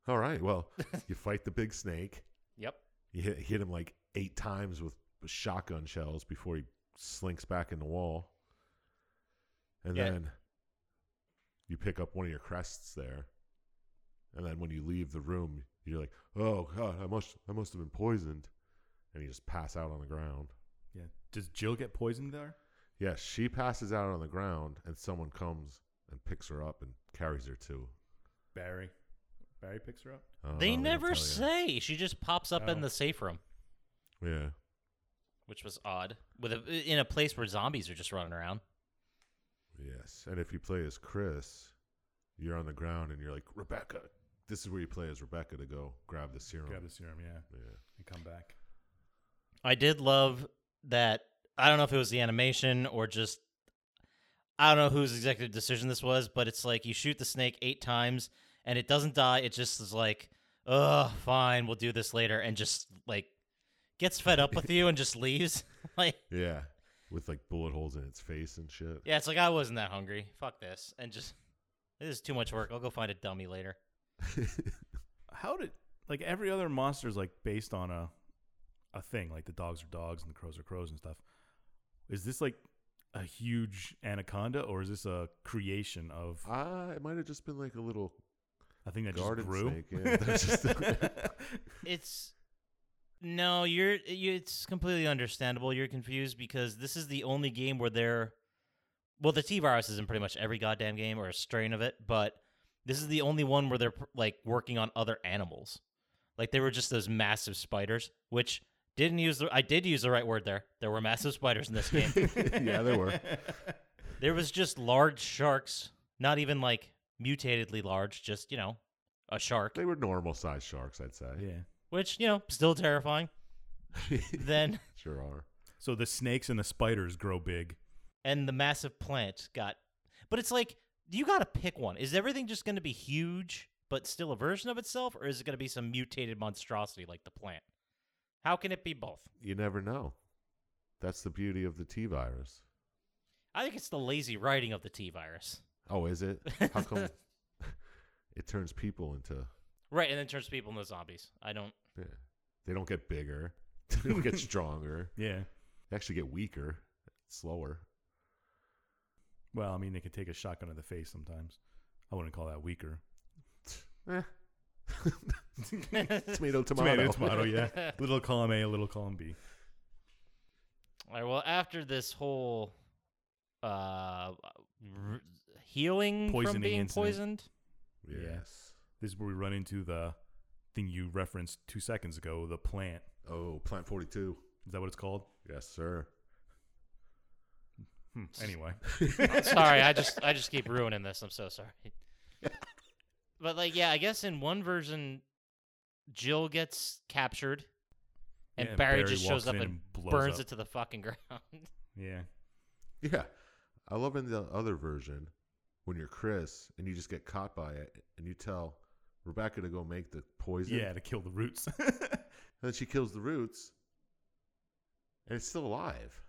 Speaker 3: All
Speaker 2: (laughs)
Speaker 3: right. Well, you fight the big snake.
Speaker 2: Yep.
Speaker 3: You hit, hit him like eight times with shotgun shells before he slinks back in the wall. And
Speaker 2: Yeah.
Speaker 3: then you pick up one of your crests there. And then when you leave the room, you're like, "Oh God, I must, I must have been poisoned," and you just pass out on the ground.
Speaker 1: Yeah. Does Jill get poisoned there?
Speaker 3: Yeah, she passes out on the ground, and someone comes and picks her up and carries her to.
Speaker 1: Barry. Barry picks her up.
Speaker 3: I don't know,
Speaker 2: they
Speaker 3: didn't
Speaker 2: never
Speaker 3: Oh, tell you.
Speaker 2: say. She just pops up in
Speaker 1: Oh.
Speaker 2: the safe room,
Speaker 3: Yeah,
Speaker 2: which was odd. With a in a place where zombies are just running around.
Speaker 3: yes. And if you play as Chris, you're on the ground, and you're like Rebecca. This is where you play as Rebecca to go grab the serum.
Speaker 1: Grab the serum, yeah,
Speaker 3: Yeah,
Speaker 1: and come back.
Speaker 2: I did love that. I don't know if it was the animation or just I don't know whose executive decision this was, but it's like you shoot the snake eight times and it doesn't die. It just is like, oh, fine, we'll do this later, and just like gets fed up with you and just leaves. (laughs) like,
Speaker 3: yeah. With like bullet holes in its face and shit.
Speaker 2: yeah, it's like I wasn't that hungry. Fuck this, and just this is too much work. I'll go find a dummy later.
Speaker 3: (laughs)
Speaker 1: How did like every other monster is like based on a a thing like the dogs are dogs and the crows are crows and stuff. Is this like a huge anaconda or is this a creation of
Speaker 3: Ah, it might have just been like a little.
Speaker 1: a thing that just
Speaker 3: garden
Speaker 1: grew?
Speaker 3: snake, yeah, that's
Speaker 2: It's no, you're you, it's completely understandable. You're confused because this is the only game where they're well, the T virus is in pretty much every goddamn game or a strain of it, but this is the only one where they're pr- like working on other animals. Like they were just those massive spiders, which didn't use the I did use the right word there. There were massive spiders in this
Speaker 1: (laughs)
Speaker 2: game.
Speaker 3: (laughs) yeah, there were.
Speaker 2: there was just large sharks, not even like mutatedly large, just you know, a shark,
Speaker 3: They were normal sized sharks, I'd say.
Speaker 1: yeah.
Speaker 2: which you know, still terrifying. then
Speaker 3: Sure are.
Speaker 1: So the snakes and the spiders grow big.
Speaker 2: and the massive plant got but it's like you gotta pick one is everything just gonna be huge but still a version of itself or is it gonna be some mutated monstrosity like the plant how can it be both
Speaker 3: You never know. That's the beauty of the T virus.
Speaker 2: i think it's the lazy writing of the t-virus
Speaker 3: Oh,
Speaker 1: (laughs)
Speaker 3: is it? How come it turns people into
Speaker 2: right and then turns people into zombies i don't
Speaker 3: yeah. they don't get bigger, (laughs) they don't get stronger.
Speaker 1: Yeah.
Speaker 3: They actually get weaker, slower.
Speaker 1: Well, I mean they can take a shotgun to the face sometimes. I wouldn't call that weaker.
Speaker 3: Eh. (laughs) tomato, tomato,
Speaker 1: Tomato, tomato, yeah. little column A, little column B.
Speaker 2: All right, well after this whole uh r- healing from
Speaker 1: Poisoning
Speaker 2: being
Speaker 1: incident.
Speaker 2: poisoned
Speaker 3: (laughs) Yes.
Speaker 1: This is where we run into the thing you referenced two seconds ago, the plant.
Speaker 3: Oh, Plant Forty Two.
Speaker 1: Is that what it's called?
Speaker 3: Yes, sir.
Speaker 1: Hmm. Anyway,
Speaker 2: sorry, I just I just keep ruining this. I'm so sorry. But like, yeah, I guess in one version, Jill gets captured, and
Speaker 1: Yeah,
Speaker 2: Barry, just
Speaker 1: walks
Speaker 2: shows up
Speaker 1: in
Speaker 2: and,
Speaker 1: blows
Speaker 2: burns
Speaker 1: up.
Speaker 2: it to the fucking (laughs) ground.
Speaker 1: (laughs) Yeah,
Speaker 3: Yeah, I love in the other version when you're Chris and you just get caught by it and you tell Rebecca to go make the poison.
Speaker 1: yeah, to kill the roots. (laughs)
Speaker 3: And then she kills the roots, and it's still alive.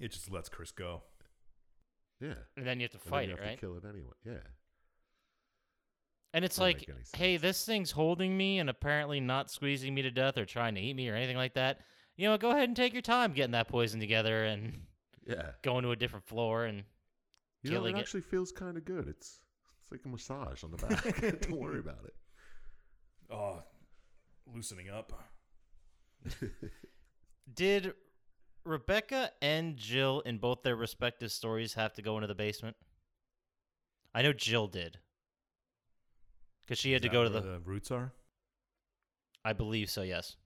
Speaker 1: it just lets Chris go.
Speaker 3: Yeah.
Speaker 2: and then you have to
Speaker 3: And then
Speaker 2: fight
Speaker 3: you
Speaker 2: it,
Speaker 3: have
Speaker 2: right?
Speaker 3: To kill it anyway. Yeah.
Speaker 2: And it's
Speaker 3: Doesn't
Speaker 2: like,
Speaker 3: make any sense.
Speaker 2: hey, this thing's holding me and apparently not squeezing me to death or trying to eat me or anything like that. You know, what, go ahead and take your time getting that poison together and (laughs)
Speaker 3: Yeah.
Speaker 2: going to a different floor. And
Speaker 3: You know,
Speaker 2: Killing
Speaker 3: it
Speaker 2: it.
Speaker 3: actually feels kind of good. It's it's like a massage on the back. (laughs) Don't worry about it.
Speaker 4: Oh, loosening up.
Speaker 2: did Rebecca and Jill in both their respective stories have to go into the basement? I know Jill did. Because she had to
Speaker 1: Is
Speaker 2: go to
Speaker 1: that
Speaker 2: the.
Speaker 1: where the roots are.
Speaker 2: I believe so, yes.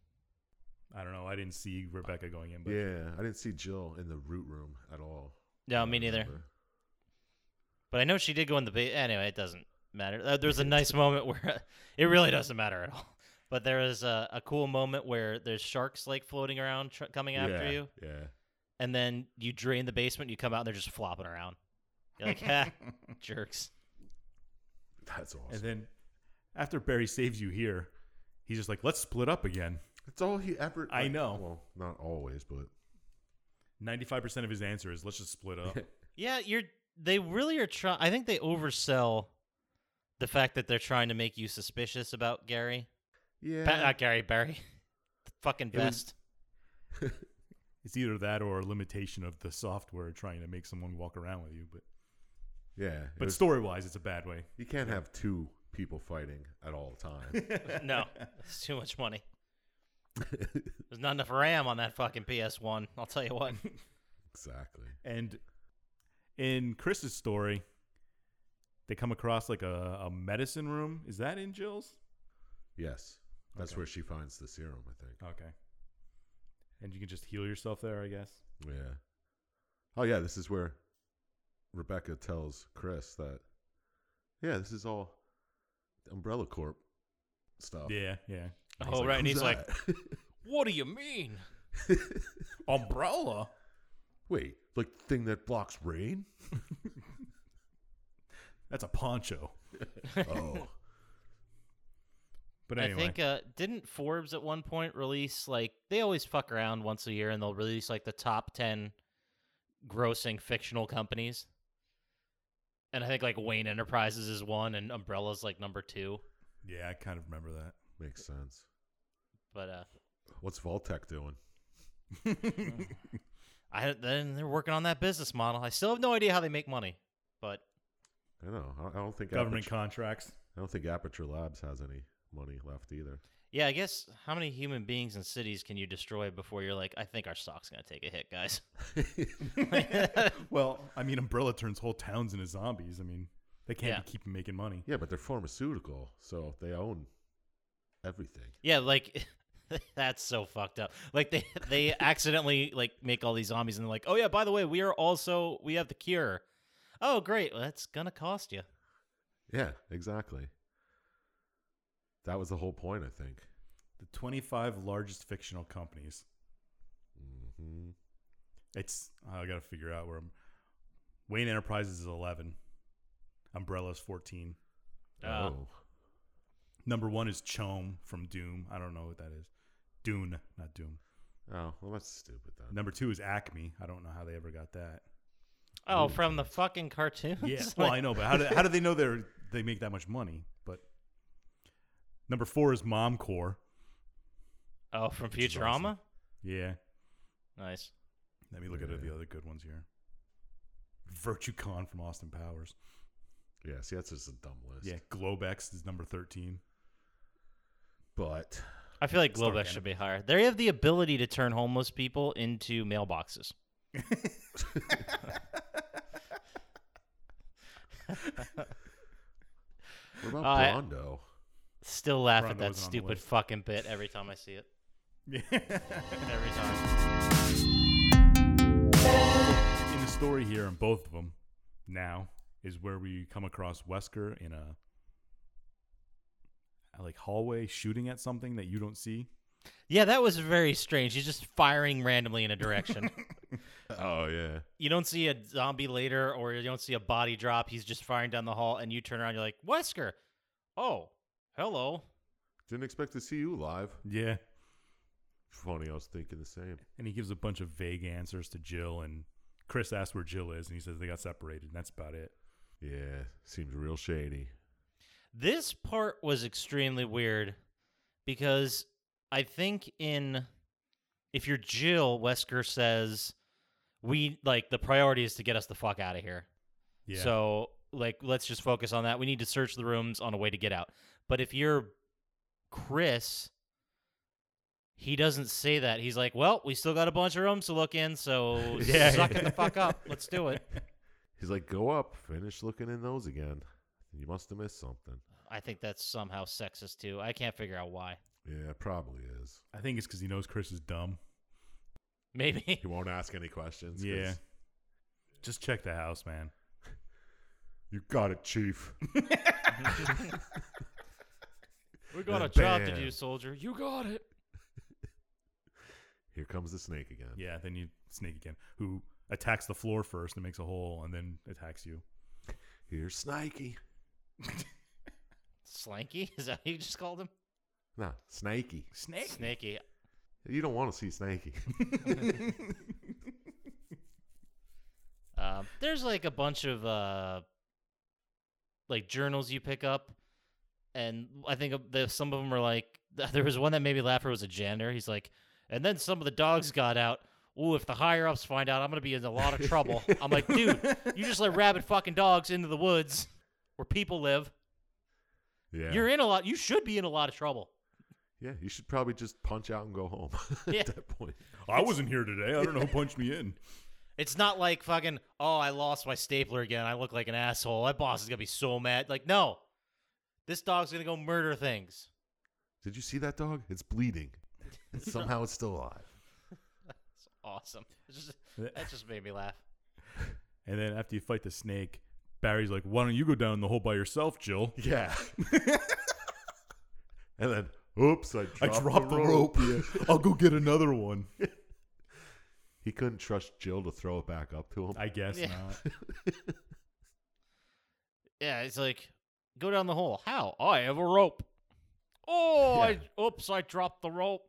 Speaker 1: I don't know. I didn't see Rebecca going in, but
Speaker 3: Yeah, I didn't see Jill in the root room at all.
Speaker 2: No,
Speaker 3: I
Speaker 2: me neither.
Speaker 3: remember.
Speaker 2: But I know she did go in the ba- anyway. It doesn't matter. Uh,
Speaker 1: (laughs)
Speaker 2: there's a nice moment where (laughs) it really doesn't matter at all. (laughs) But there is a, a cool moment where there's sharks like floating around tr- coming after
Speaker 3: yeah,
Speaker 2: you,
Speaker 3: Yeah.
Speaker 2: and then you drain the basement. You come out and they're just flopping around. You're
Speaker 1: (laughs)
Speaker 2: like, ha, jerks.
Speaker 3: That's awesome.
Speaker 1: and then after Barry saves you here, he's just like, "Let's split up again."
Speaker 3: That's all he ever.
Speaker 1: I
Speaker 3: like,
Speaker 1: know.
Speaker 3: Well, not always, but
Speaker 1: Ninety-five percent of his answer is, "Let's just split up."
Speaker 2: Yeah, you're. They really are trying. I think they oversell the fact that they're trying to make you suspicious about Gary.
Speaker 3: (laughs) yeah.
Speaker 2: Pa- not Gary Barry. The fucking
Speaker 1: It was-
Speaker 2: best.
Speaker 1: it's either that or a limitation of the software trying to make someone walk around with you. But
Speaker 3: yeah. it
Speaker 1: but
Speaker 3: was-
Speaker 1: story-wise, it's a bad way.
Speaker 3: you can't have two people fighting at all time.
Speaker 1: (laughs)
Speaker 2: no, it's too much money. There's not enough RAM on that fucking PS1. I'll tell you what.
Speaker 3: exactly.
Speaker 1: And in Chris's story, they come across like a, a medicine room. Is that in Jill's?
Speaker 3: Yes. That's
Speaker 1: Okay.
Speaker 3: where she finds the serum, I think.
Speaker 1: Okay. And you can just heal yourself there, I guess.
Speaker 3: Yeah. Oh yeah, this is where Rebecca tells Chris that yeah, this is all Umbrella Corp stuff.
Speaker 1: Yeah, yeah.
Speaker 2: oh, right. And
Speaker 3: "Who's
Speaker 2: he's like,
Speaker 3: that?" (laughs)
Speaker 2: what do you mean?
Speaker 1: Umbrella.
Speaker 3: Wait, like the thing that blocks
Speaker 2: (laughs)
Speaker 3: rain?
Speaker 1: That's a poncho.
Speaker 3: Oh.
Speaker 1: But anyway,
Speaker 2: I think, uh, didn't Forbes at one point release, like, they always fuck around once a year and they'll release, like, the top 10 grossing fictional companies. And I think, like, Wayne Enterprises is one and Umbrella's, like, number two.
Speaker 1: yeah, I kind of remember that.
Speaker 3: Makes sense.
Speaker 2: But, uh,
Speaker 3: What's Voltec doing?
Speaker 1: (laughs)
Speaker 2: I then they're working on that business model. I still have no idea how they make money, but
Speaker 3: I don't know. I- I don't think
Speaker 1: Government
Speaker 3: Aperture,
Speaker 1: contracts. (laughs)
Speaker 3: I don't think Aperture Labs has any money left either.
Speaker 2: Yeah, I guess how many human beings and cities can you destroy before you're like, I think our stock's gonna take a hit, guys? (laughs)
Speaker 1: Well, I mean, Umbrella turns whole towns into zombies. I mean, they can't
Speaker 2: Yeah.
Speaker 1: be keeping making money.
Speaker 3: Yeah, but they're pharmaceutical, so they own everything.
Speaker 2: yeah, like (laughs) that's so fucked up. Like they (laughs) they accidentally like make all these zombies and they're like, oh yeah, by the way, we are also we have the cure. Oh great, well, that's gonna cost you.
Speaker 3: Yeah, exactly. That was the whole point, I think.
Speaker 1: The 25 largest fictional companies.
Speaker 3: hmm
Speaker 1: It's I gotta figure out where I'm. Wayne Enterprises is eleven. Umbrella's fourteen.
Speaker 2: Uh,
Speaker 3: oh,
Speaker 1: Number one is Chome from Doom. I don't know what that is. Dune, not Doom.
Speaker 3: oh, well, that's stupid then.
Speaker 1: Number two is Acme. I don't know how they ever got that.
Speaker 2: Oh, from the fucking cartoons. (laughs)
Speaker 1: Yeah, (laughs) well I
Speaker 2: Like,
Speaker 1: know, but how do how do they know they're they make that much money? But number four is Momcore.
Speaker 2: Oh, from
Speaker 1: is
Speaker 2: Futurama.
Speaker 1: awesome. Yeah,
Speaker 2: Nice.
Speaker 1: let me look at the other good ones here. VirtueCon from Austin Powers.
Speaker 3: Yeah, see, that's just a dumb list.
Speaker 1: Yeah, Globex is number thirteen. (laughs)
Speaker 3: but
Speaker 2: I feel like
Speaker 1: Stark
Speaker 2: Globex
Speaker 1: anime.
Speaker 2: should be higher. They have the ability to turn homeless people into mailboxes.
Speaker 3: what about
Speaker 2: Uh, I-
Speaker 3: Blondo?
Speaker 2: Still laugh at
Speaker 1: Rondo
Speaker 2: that
Speaker 1: wasn't on the
Speaker 2: stupid
Speaker 1: list.
Speaker 2: fucking bit every time I see it. Every time.
Speaker 1: in the story here in both of them now is where we come across Wesker in a a, like hallway shooting at something that you don't see.
Speaker 2: Yeah, that was very strange. He's just firing randomly in
Speaker 1: (laughs)
Speaker 2: a direction.
Speaker 3: Oh yeah,
Speaker 2: you don't see a zombie later or you don't see a body drop. He's just firing down the hall and you turn around, you're like, Wesker. Oh, hello.
Speaker 3: didn't expect to see you live.
Speaker 1: Yeah.
Speaker 3: Funny, I was thinking the same.
Speaker 1: And he gives a bunch of vague answers to Jill and Chris asks where Jill is and he says they got separated and that's about it.
Speaker 3: Yeah, seems real shady.
Speaker 2: This part was extremely weird because I think in if you're Jill, Wesker says we like the priority is to get us the fuck out of here.
Speaker 1: Yeah.
Speaker 2: So like let's just focus on that. We need to search the rooms on a way to get out. But if you're Chris, he doesn't say that. He's like, "Well, we still got a bunch of rooms to look in, so
Speaker 1: (laughs) Yeah.
Speaker 2: suck it the fuck up. Let's do it."
Speaker 3: He's like, go up, finish looking in those again. You must have missed something.
Speaker 2: I think that's somehow sexist too. I can't figure out why. (laughs)
Speaker 3: Yeah, it probably is.
Speaker 1: I think it's because he knows Chris is dumb.
Speaker 2: Maybe.
Speaker 3: He won't ask any questions. 'cause
Speaker 1: Yeah. Just check the house, man.
Speaker 3: You got it, Chief.
Speaker 2: We
Speaker 3: got a job to do,
Speaker 2: soldier. You got it.
Speaker 3: Here comes the snake again.
Speaker 1: Yeah, then you snake again, who attacks the floor first and makes a hole and then attacks you.
Speaker 3: Here's Snakey.
Speaker 2: Slanky? (laughs) Is that what you just called him?
Speaker 3: Nah, Snakey.
Speaker 1: Snake?
Speaker 2: Snaky.
Speaker 3: You don't want to see Snakey. (laughs)
Speaker 2: Um, there's like a bunch of uh, like journals you pick up, and I think of the, some of them are like (laughs) there was one that made me laugh. Where it was a janitor. He's like, and then some of the dogs got out. Ooh, if the higher ups find out, I'm gonna be in a lot of trouble. I'm like, dude, you just let rabid fucking dogs into the woods where people live.
Speaker 3: Yeah.
Speaker 2: You're in a lot. You should be in a lot of trouble.
Speaker 3: yeah, you should probably just punch out and go home (laughs) at
Speaker 2: Yeah.
Speaker 3: that point.
Speaker 1: I wasn't here today. I don't know who punched me in.
Speaker 2: It's not like fucking, oh, I lost my stapler again. I look like an asshole. My boss is going to be so mad. Like, no. This dog's going to go murder things.
Speaker 3: Did you see that dog? It's bleeding. And somehow it's still alive.
Speaker 2: It's awesome. It's just, that just made me laugh.
Speaker 1: And then after you fight the snake, Barry's like, why don't you go down in the hole by yourself, Jill?
Speaker 3: Yeah. and then, oops, I dropped,
Speaker 1: I dropped
Speaker 3: the rope.
Speaker 1: Yeah. (laughs) I'll go get another one.
Speaker 3: He couldn't trust Jill to throw it back up to him.
Speaker 1: I guess
Speaker 2: Yeah.
Speaker 1: not.
Speaker 2: Yeah, it's like, go down the hole. How? I have a rope. Oh,
Speaker 3: Yeah.
Speaker 2: I, oops, I dropped the rope.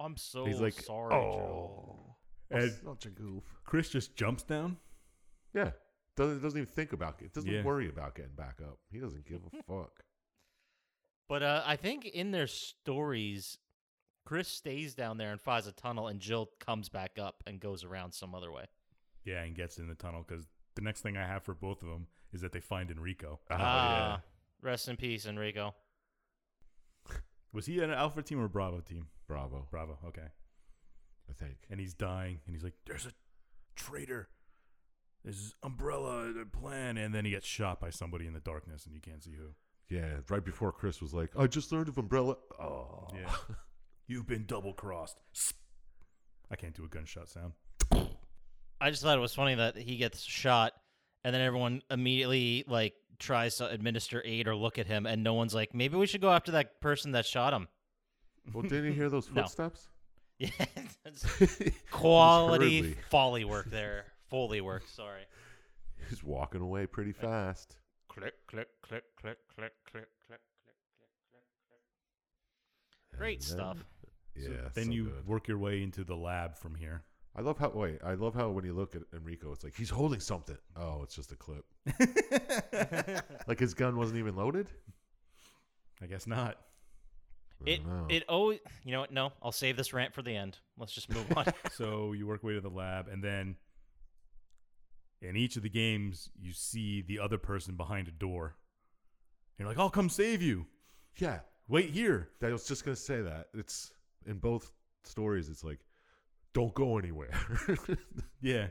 Speaker 2: I'm so
Speaker 3: He's like,
Speaker 2: sorry, Joe.
Speaker 1: And
Speaker 3: such a goof.
Speaker 1: Chris just jumps down.
Speaker 3: Yeah. Doesn't, doesn't even think about it. Doesn't
Speaker 1: Yeah.
Speaker 3: worry about getting back up. He doesn't give a fuck.
Speaker 2: But uh, I think in their stories, Chris stays down there and finds a tunnel, and Jill comes back up and goes around some other way.
Speaker 1: Yeah, and gets in the tunnel because the next thing I have for both of them is that they find Enrico. Oh,
Speaker 2: Ah, rest in peace, Enrico.
Speaker 1: Was he an Alpha team or Bravo team?
Speaker 3: Bravo,
Speaker 1: Bravo, okay.
Speaker 3: I think.
Speaker 1: And he's dying, and he's like, there's a traitor. There's this umbrella the plan. And then he gets shot by somebody in the darkness, and you can't see who.
Speaker 3: Yeah, right before Chris was like, I just learned of Umbrella. Oh.
Speaker 1: Yeah. (laughs) You've been double crossed. I can't do a gunshot sound.
Speaker 2: I just thought it was funny that he gets shot, and then everyone immediately like tries to administer aid or look at him, and no one's like, maybe we should go after that person that shot him. (laughs)
Speaker 3: Well, didn't you hear those
Speaker 2: No.
Speaker 3: footsteps?
Speaker 2: Yeah, that's quality
Speaker 3: Hurriedly.
Speaker 2: folly work there. Foley work, sorry.
Speaker 3: He's walking away pretty fast.
Speaker 2: Click, click, click, click, click, click, click, click, click, click, click. Great
Speaker 3: And then-
Speaker 2: stuff.
Speaker 3: Yeah.
Speaker 1: So
Speaker 3: so
Speaker 1: then you
Speaker 3: good.
Speaker 1: work your way into the lab from here.
Speaker 3: I love how wait, I love how when you look at Enrico, it's like he's holding something. Oh, it's just
Speaker 2: (laughs)
Speaker 3: a clip. like his gun wasn't even loaded.
Speaker 1: I guess
Speaker 3: (laughs)
Speaker 1: not.
Speaker 3: I
Speaker 2: It
Speaker 3: dunno.
Speaker 2: it always you know what? No, I'll save this rant for the end. Let's just move
Speaker 3: (laughs)
Speaker 2: on.
Speaker 1: so you work your way to the lab, and then in each of the games, you see the other person behind a door. You're like, I'll come save you.
Speaker 3: yeah.
Speaker 1: Wait here.
Speaker 3: I was just gonna say that it's in both stories. It's like, don't go anywhere. (laughs)
Speaker 1: Yeah.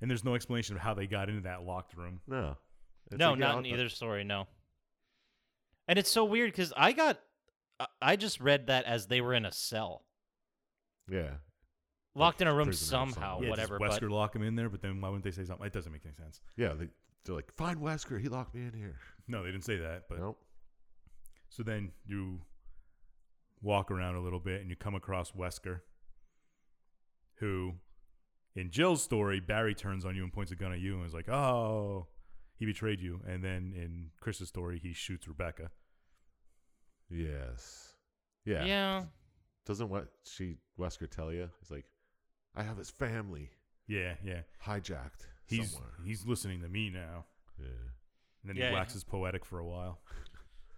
Speaker 1: And there's no explanation of how they got into that locked room.
Speaker 3: no, It's
Speaker 2: no,
Speaker 3: like, yeah,
Speaker 2: not in
Speaker 3: I'll-
Speaker 2: either story. No. And it's so weird because I got, I- I just read that as they were in a cell,
Speaker 3: Yeah,
Speaker 2: locked in a room
Speaker 3: prisoner or something.
Speaker 2: somehow,
Speaker 3: Yeah,
Speaker 1: does
Speaker 2: Oh, whatever.
Speaker 1: Wesker
Speaker 2: But
Speaker 1: lock him in there, but then why wouldn't they say something? It doesn't make any sense.
Speaker 3: yeah. They, they're like, find Wesker. He locked me in here.
Speaker 1: No, they didn't say that. But
Speaker 3: nope.
Speaker 1: so then you walk around a little bit, and you come across Wesker, who, in Jill's story, Barry turns on you and points a gun at you and is like, "Oh, he betrayed you." And then in Chris's story, he shoots Rebecca.
Speaker 3: Yes.
Speaker 2: yeah.
Speaker 3: Yeah. Doesn't what she Wesker tell you? He's like, I have his family
Speaker 1: Yeah, yeah.
Speaker 3: hijacked
Speaker 1: He's
Speaker 3: somewhere.
Speaker 1: he's listening to me now.
Speaker 3: yeah.
Speaker 1: And then
Speaker 2: Yeah.
Speaker 1: he waxes poetic for a while.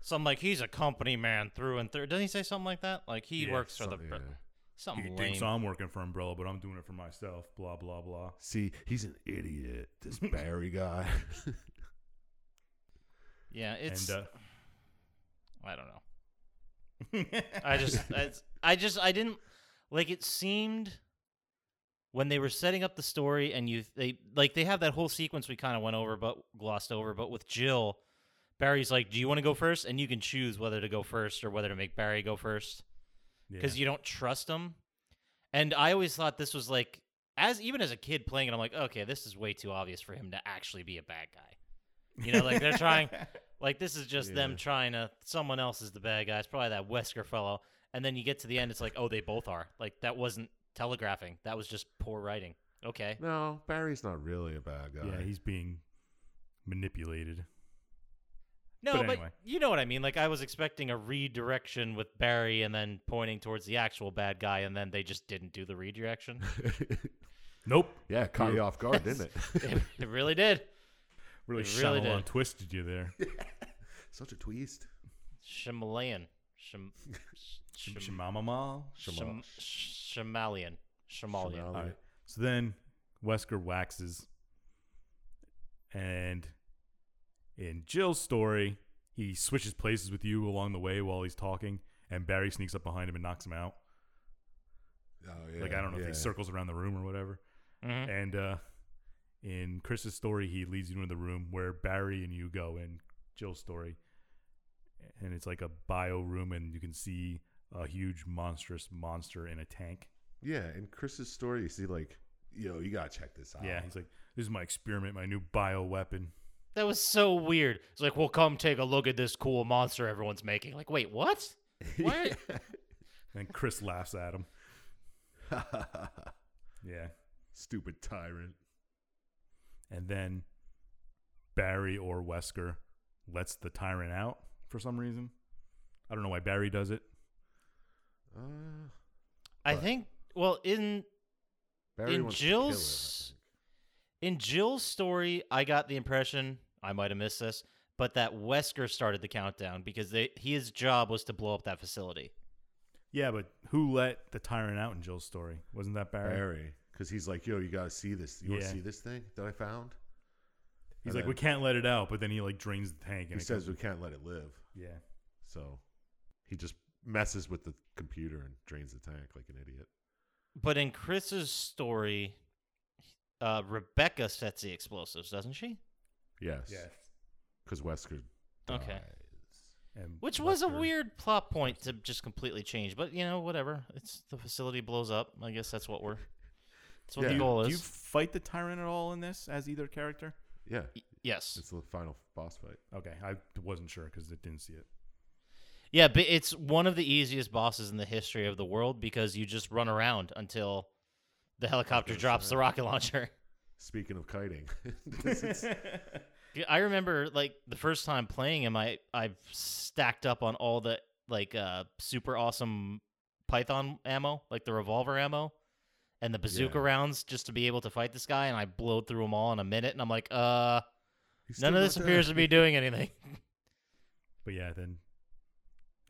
Speaker 2: Something like he's a company man through and through. Doesn't he say something like that? Like he
Speaker 1: Yeah,
Speaker 2: works for the
Speaker 3: Some-
Speaker 2: pr-
Speaker 3: yeah.
Speaker 2: something
Speaker 1: He
Speaker 2: lame.
Speaker 1: thinks I'm working for Umbrella, but I'm doing it for myself. Blah blah blah.
Speaker 3: See, he's an idiot.
Speaker 1: (laughs)
Speaker 3: This Barry guy.
Speaker 2: Yeah, it's (laughs)
Speaker 1: and uh,
Speaker 2: I don't know. I just I, I just I didn't like it seemed when they were setting up the story and you they like they have that whole sequence we kind of went over but glossed over but with Jill Barry's like do you want to go first and you can choose whether to go first or whether to make Barry go first
Speaker 1: yeah.
Speaker 2: because you don't trust him and I always thought this was like as even as a kid playing it I'm like okay this is way too obvious for him to actually be a bad guy you know like
Speaker 1: (laughs)
Speaker 2: they're trying like this is just them
Speaker 3: Yeah.
Speaker 2: trying to. Someone else is the bad guy. It's probably that Wesker fellow. And then you get to the end, it's like, oh, they both are. Like that wasn't telegraphing. That was just poor writing. Okay.
Speaker 3: no, Barry's not really a bad guy.
Speaker 1: yeah, he's being manipulated.
Speaker 2: No,
Speaker 1: But
Speaker 2: but,
Speaker 1: anyway.
Speaker 2: you know what I mean. Like I was expecting a redirection with Barry, and then pointing towards the actual bad guy, and then they just didn't do the redirection. (laughs)
Speaker 1: Nope,
Speaker 3: (laughs) yeah, caught you off guard, didn't it?
Speaker 1: (laughs)
Speaker 2: it, it really did.
Speaker 1: really
Speaker 2: It really
Speaker 1: shallow and
Speaker 2: did.
Speaker 1: twisted you there.
Speaker 3: Such a twist.
Speaker 2: Shimalayan. (laughs) Shim.
Speaker 1: Shim-
Speaker 2: Shim.
Speaker 1: shimamamal.
Speaker 2: Shim. Shimalian. Shimalian.
Speaker 1: All right. So then Wesker waxes, and in Jill's story, he switches places with you along the way while he's talking, and Barry sneaks up behind him and knocks him out.
Speaker 3: Oh, yeah,
Speaker 1: like I don't know if
Speaker 3: yeah.
Speaker 1: he circles around the room or whatever.
Speaker 2: Mhm.
Speaker 1: And uh, in Chris's story, he leads you into the room where Barry and you go in Jill's story, and it's like a bio room, and you can see a huge monstrous monster in a tank.
Speaker 3: Yeah, in Chris's story, you see, like, yo, you gotta check this out.
Speaker 1: Yeah, he's like, "This is my experiment, my new bio weapon."
Speaker 2: That was so weird. It's like, well, come take a look at this cool monster everyone's making. Like, wait, what?
Speaker 3: (laughs)
Speaker 2: What?
Speaker 1: And Chris laughs at him. Yeah.
Speaker 3: (laughs) Stupid tyrant.
Speaker 1: And then Barry or Wesker lets the tyrant out for some reason. I don't know why Barry does it.
Speaker 3: Uh,
Speaker 2: I
Speaker 3: But-
Speaker 2: think. Well, in
Speaker 3: Barry
Speaker 2: in
Speaker 3: wants to kill him, I
Speaker 2: Jill's in Jill's story, I got the impression I might have missed this, but that Wesker started the countdown because they his job was to blow up that facility.
Speaker 1: Yeah, but who let the tyrant out in Jill's story? Wasn't that
Speaker 3: think.
Speaker 1: Barry?
Speaker 3: Barry, because he's like, yo, you gotta see this. You wanna
Speaker 1: Yeah.
Speaker 3: see this thing that I found?
Speaker 1: He's
Speaker 3: And
Speaker 1: like,
Speaker 3: then
Speaker 1: we can't let it out, but then he like drains the tank
Speaker 3: He
Speaker 1: and it
Speaker 3: says
Speaker 1: comes-
Speaker 3: we can't let it live.
Speaker 1: yeah.
Speaker 3: So he just messes with the computer and drains the tank like an idiot.
Speaker 2: But in Chris's story, uh, Rebecca sets the explosives, doesn't she?
Speaker 3: Yes. Because Wesker.
Speaker 2: Okay.
Speaker 3: dies.
Speaker 1: And
Speaker 2: Which was a
Speaker 1: Wesker-
Speaker 2: weird plot point to just completely change, but you know, whatever. It's the facility blows up. I guess that's what we're. That's what
Speaker 3: Yeah.
Speaker 2: the goal
Speaker 1: Do
Speaker 2: is.
Speaker 1: you fight the tyrant at all in this as either character?
Speaker 3: Yeah.
Speaker 2: Y- yes.
Speaker 3: It's the final boss fight.
Speaker 1: Okay, I wasn't sure because I didn't see it.
Speaker 2: Yeah, but it's one of the easiest bosses in the history of the world because you just run around until the helicopter
Speaker 3: That's
Speaker 2: drops the
Speaker 3: right.
Speaker 2: rocket launcher.
Speaker 3: Speaking of kiting, (laughs) this is-
Speaker 1: (laughs)
Speaker 2: (laughs) Yeah, I remember like the first time playing him, I I stacked up on all the like uh super awesome Python ammo, like the revolver ammo, and the bazooka
Speaker 3: Yeah.
Speaker 2: rounds just to be able to fight this guy, and I blowed through them all in a minute, and I'm like, uh,
Speaker 3: he's
Speaker 2: none
Speaker 3: still
Speaker 2: of this
Speaker 3: not
Speaker 2: appears to
Speaker 3: dead.
Speaker 2: be doing
Speaker 3: (laughs)
Speaker 2: anything.
Speaker 1: But yeah, then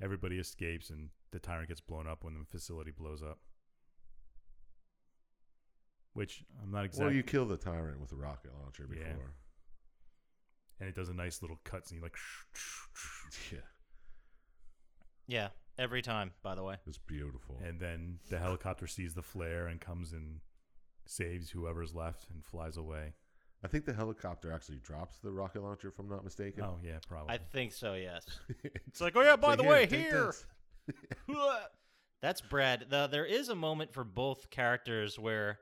Speaker 1: everybody escapes and the tyrant gets blown up when the facility blows up. Which I'm not exactly.
Speaker 3: Well, you kill the tyrant with a rocket launcher before. (laughs)
Speaker 1: Yeah. and it does a nice little cutscene, like. (laughs)
Speaker 3: Yeah,
Speaker 2: yeah, every time, by the way.
Speaker 3: it's beautiful.
Speaker 1: And then the helicopter sees the flare and comes and saves whoever's left and flies away.
Speaker 3: I think the helicopter actually drops the rocket launcher, if I'm not mistaken. (laughs)
Speaker 1: Oh yeah, probably.
Speaker 2: I think so. Yes. It's like, oh yeah. By
Speaker 3: Like,
Speaker 2: the way,
Speaker 3: take
Speaker 2: here.
Speaker 3: this.
Speaker 2: (laughs) That's Brad. The, there is a moment for both characters where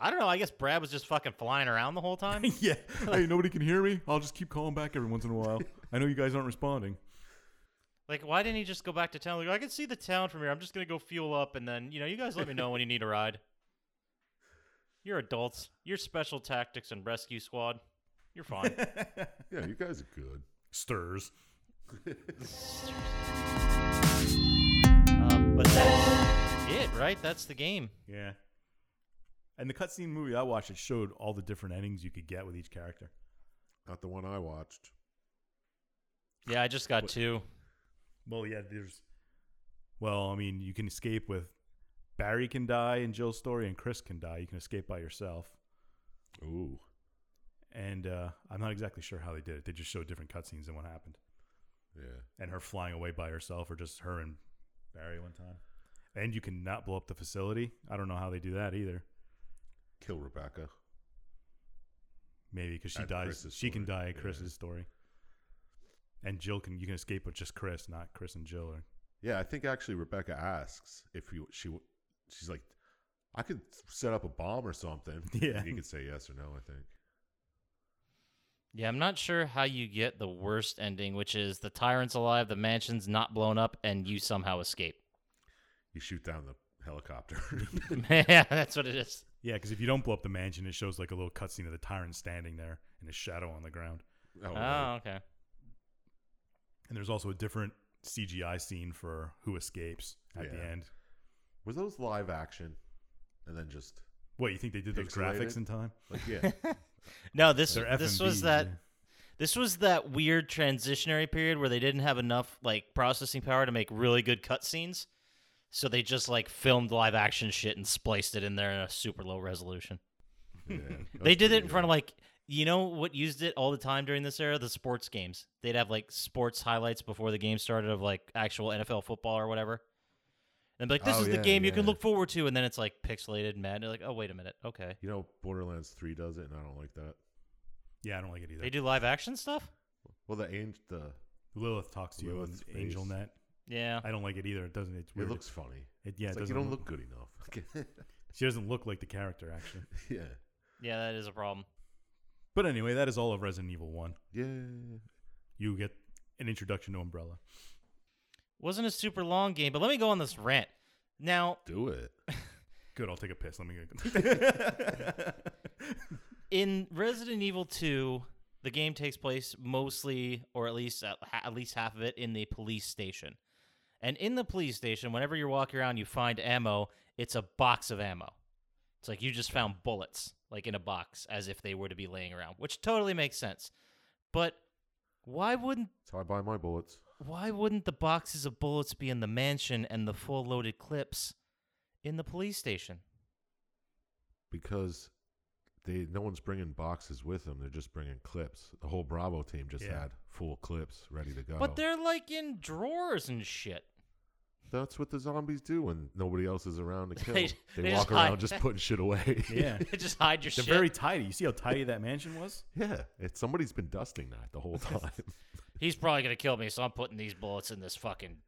Speaker 2: I don't know. I guess Brad was just fucking flying around the whole
Speaker 3: (laughs)
Speaker 2: time.
Speaker 1: (laughs) yeah. Hey, nobody can hear me. I'll just keep calling back every once in a (laughs) while. I know you guys aren't responding.
Speaker 2: like, why didn't he just go back to town? Like, I can see the town from here. I'm just gonna go fuel up, and then you know, you guys let me know when you need a ride. You're adults. You're special tactics and rescue squad. You're
Speaker 3: (laughs)
Speaker 2: fine.
Speaker 3: Yeah, you guys are good.
Speaker 1: Stirs.
Speaker 2: um, but that's it, right? That's the game.
Speaker 1: Yeah. And the cutscene movie I watched, it showed all the different endings you could get with each character.
Speaker 3: Not the one I watched.
Speaker 2: Yeah, I just got two.
Speaker 1: Well, yeah, there's. Well, I mean, you can escape with Barry can die in Jill's story, and Chris can die. You can escape by yourself.
Speaker 3: Ooh.
Speaker 1: And uh, I'm not exactly sure how they did it. They just showed different cutscenes than what happened,
Speaker 3: Yeah.
Speaker 1: and her flying away by herself, or just her and Barry one time. And you cannot blow up the facility. I don't know how they do that either.
Speaker 3: Kill Rebecca.
Speaker 1: Maybe because she
Speaker 3: At
Speaker 1: dies,
Speaker 3: Chris's
Speaker 1: she can
Speaker 3: story,
Speaker 1: die at
Speaker 3: yeah.
Speaker 1: Chris's story. And Jill can you can escape with just Chris, not Chris and Jill. Or
Speaker 3: Yeah, I think actually Rebecca asks if you she she's like, I could set up a bomb or something.
Speaker 1: Yeah.
Speaker 3: And you could say yes or no. I think.
Speaker 2: Yeah, I'm not sure how you get the worst ending, which is the tyrant's alive, the mansion's not blown up, and you somehow escape. (laughs)
Speaker 3: You shoot down the helicopter. (laughs)
Speaker 2: yeah, that's what it is.
Speaker 1: yeah, because if you don't blow up the mansion, it shows like a little cutscene of the tyrant standing there and his shadow on the ground.
Speaker 3: oh, right.
Speaker 2: Oh, okay.
Speaker 1: And there's also a different CGI scene for who escapes at the
Speaker 3: Yeah.
Speaker 1: end.
Speaker 3: were those live action? And then just
Speaker 1: What you think they did those
Speaker 3: Pixelated?
Speaker 1: graphics in time?
Speaker 3: like yeah,
Speaker 2: No, this
Speaker 1: They're
Speaker 2: this
Speaker 1: FMV,
Speaker 2: was that
Speaker 1: yeah.
Speaker 2: this was that weird transitionary period where they didn't have enough like processing power to make really good cutscenes, so they just like filmed live action shit and spliced it in there in a super low resolution.
Speaker 3: yeah.
Speaker 2: they did it in front of like you know what used it all the time during this era the sports games they'd have like sports highlights before the game started of like actual nfl football or whatever and be like this
Speaker 3: Oh,
Speaker 2: is
Speaker 3: yeah,
Speaker 2: the game you can
Speaker 3: yeah.
Speaker 2: look forward to and then it's like pixelated and mad and you're like oh wait a minute okay
Speaker 3: You know, Borderlands Three does it, and I don't like that.
Speaker 1: Yeah, I don't like it either.
Speaker 2: they do live action stuff
Speaker 3: Well, the angel, the
Speaker 1: Lilith talks to you
Speaker 3: Lilith's
Speaker 1: in Angel
Speaker 3: face.
Speaker 1: Net.
Speaker 2: yeah
Speaker 1: I don't like it either. It doesn't. It's weird.
Speaker 3: it looks funny.
Speaker 1: It- yeah,
Speaker 3: it's
Speaker 1: it
Speaker 3: like you
Speaker 1: doesn't
Speaker 3: don't
Speaker 1: look-
Speaker 3: look good enough. (laughs)
Speaker 1: She doesn't look like the character actually.
Speaker 3: yeah,
Speaker 2: yeah that is a problem
Speaker 1: But anyway, that is all of Resident Evil One.
Speaker 3: yeah.
Speaker 1: You get an introduction to Umbrella.
Speaker 2: wasn't a super long game but let me go on this rant now
Speaker 3: Do it.
Speaker 1: Good. I'll take a piss. Let me go.
Speaker 3: (laughs)
Speaker 2: in Resident Evil 2, the game takes place mostly, or at least at, ha- at least half of it, in the police station. And in the police station, whenever you're walking around, you find ammo. It's a box of ammo. It's like you just found bullets, like in a box, as if they were to be laying around, which totally makes sense. But why wouldn't
Speaker 3: That's how I buy my bullets.
Speaker 2: why wouldn't the boxes of bullets be in the mansion and the full loaded clips in the police station?
Speaker 3: because they no one's bringing boxes with them. They're just bringing clips. The whole Bravo team just
Speaker 1: Yeah.
Speaker 3: had full clips ready to go.
Speaker 2: But they're like in drawers and shit. (laughs)
Speaker 3: that's what the zombies do when nobody else is
Speaker 2: (laughs)
Speaker 3: around to kill.
Speaker 2: They-
Speaker 3: They,
Speaker 2: they just
Speaker 3: walk around
Speaker 2: hide.
Speaker 3: just putting shit away.
Speaker 1: (laughs) yeah,
Speaker 2: just hide your
Speaker 1: they're
Speaker 2: shit.
Speaker 1: very tidy. You see how tidy that mansion was?
Speaker 3: (laughs) yeah. It's, somebody's been dusting that the whole time.
Speaker 2: He's probably gonna kill me, so I'm putting these bullets in this fucking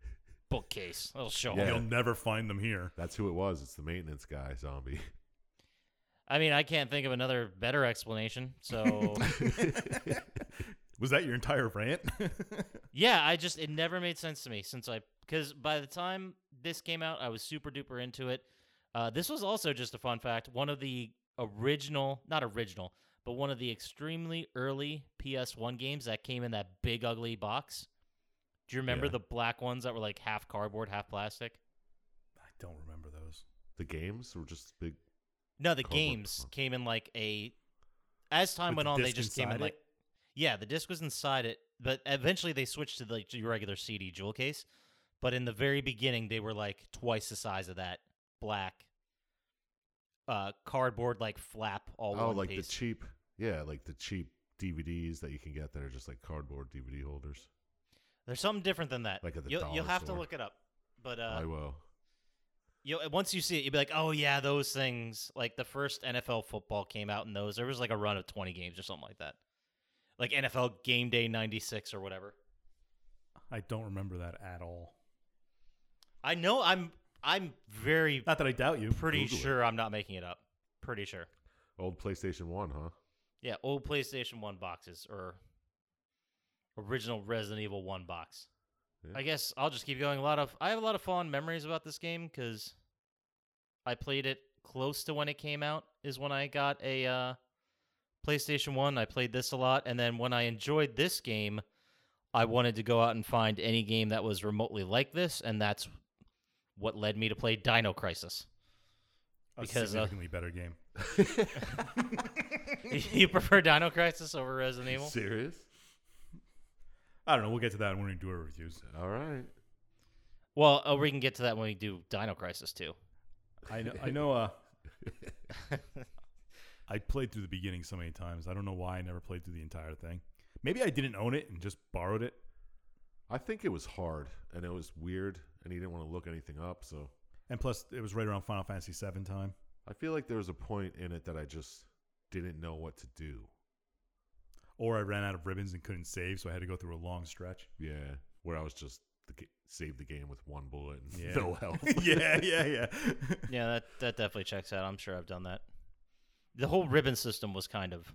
Speaker 2: bookcase. It'll show
Speaker 3: Yeah.
Speaker 2: him.
Speaker 1: You'll never find them
Speaker 3: (laughs)
Speaker 1: here. (laughs)
Speaker 3: that's who it was. It's the maintenance guy zombie. (laughs)
Speaker 2: I mean, I can't think of another better explanation.
Speaker 1: (laughs)
Speaker 2: So
Speaker 1: Was that your entire
Speaker 3: (laughs)
Speaker 1: rant?
Speaker 2: yeah, I just it never made sense to me since I because by the time this came out, I was super duper into it. Uh, this was also just a fun fact. One of the original, not original, but one of the extremely early PS1 games that came in that big ugly box. Do you remember
Speaker 3: Yeah.
Speaker 2: the black ones that were like half cardboard, half plastic?
Speaker 1: I don't remember those.
Speaker 3: The games were just big.
Speaker 2: No, the
Speaker 3: Cardboard
Speaker 2: games
Speaker 3: box.
Speaker 2: came in like a. As time
Speaker 1: With
Speaker 2: went
Speaker 1: the
Speaker 2: on, they
Speaker 1: disc
Speaker 2: just came in
Speaker 1: inside
Speaker 2: like. Yeah, the disc was inside it, but eventually they switched to like your regular CD jewel case. But in the very beginning, they were like twice the size of that black, uh, cardboard like flap all
Speaker 3: oh,
Speaker 2: one
Speaker 3: like
Speaker 2: piece.
Speaker 3: the cheap. Yeah, like the cheap DVDs that you can get that are just like cardboard DVD holders.
Speaker 2: There's something different than that.
Speaker 3: Like at the
Speaker 2: you'll, you'll
Speaker 3: dollar
Speaker 2: have to
Speaker 3: store.
Speaker 2: look it up, but uh,
Speaker 3: I will.
Speaker 2: you once you see it, you'll be like, oh yeah, those things. Like the first NFL football came out in those. There was like a run of twenty games or something like that, like NFL Game Day '96 or whatever.
Speaker 1: I don't remember that at all.
Speaker 2: I know I'm I'm very
Speaker 1: Not that I doubt you.
Speaker 2: pretty
Speaker 3: Google it.
Speaker 2: sure I'm not making it up. Pretty sure.
Speaker 3: Old PlayStation 1, huh?
Speaker 2: Yeah, old PlayStation 1 boxes or original Resident Evil 1 box.
Speaker 3: Yeah.
Speaker 2: I guess I'll just keep going. A lot of I have a lot of fond memories about this game cuz I played it close to when it came out is when I got a uh, PlayStation 1. I played this a lot and then when I enjoyed this game, I wanted to go out and find any game that was remotely like this and that's what led me to play Dino Crisis. (laughs)
Speaker 1: A
Speaker 2: Because, uh,
Speaker 1: significantly better game.
Speaker 2: you prefer Dino Crisis over Resident Evil?
Speaker 3: Serious?
Speaker 1: I don't know. We'll get to that when we do our reviews.
Speaker 3: All right.
Speaker 2: Well, oh, we can get to that when we do Dino Crisis too.
Speaker 1: I know. I know. Uh, (laughs) I played through the beginning so many times. I don't know why I never played through the entire thing. Maybe I didn't own it and just borrowed it.
Speaker 3: I think it was hard and it was weird, and he didn't want to look anything up. So
Speaker 1: And plus, it was right around Final Fantasy VII time.
Speaker 3: I feel like there was a point in it that I just didn't know what to do.
Speaker 1: Or I ran out of ribbons and couldn't save, so I had to go through a long stretch. (laughs)
Speaker 3: Yeah, where I was just the ga- saved the game with one bullet and
Speaker 1: Yeah.
Speaker 3: (laughs) no health.
Speaker 1: yeah, yeah, yeah. (laughs)
Speaker 2: Yeah, that that definitely checks out. I'm sure I've done that. The whole ribbon system was kind of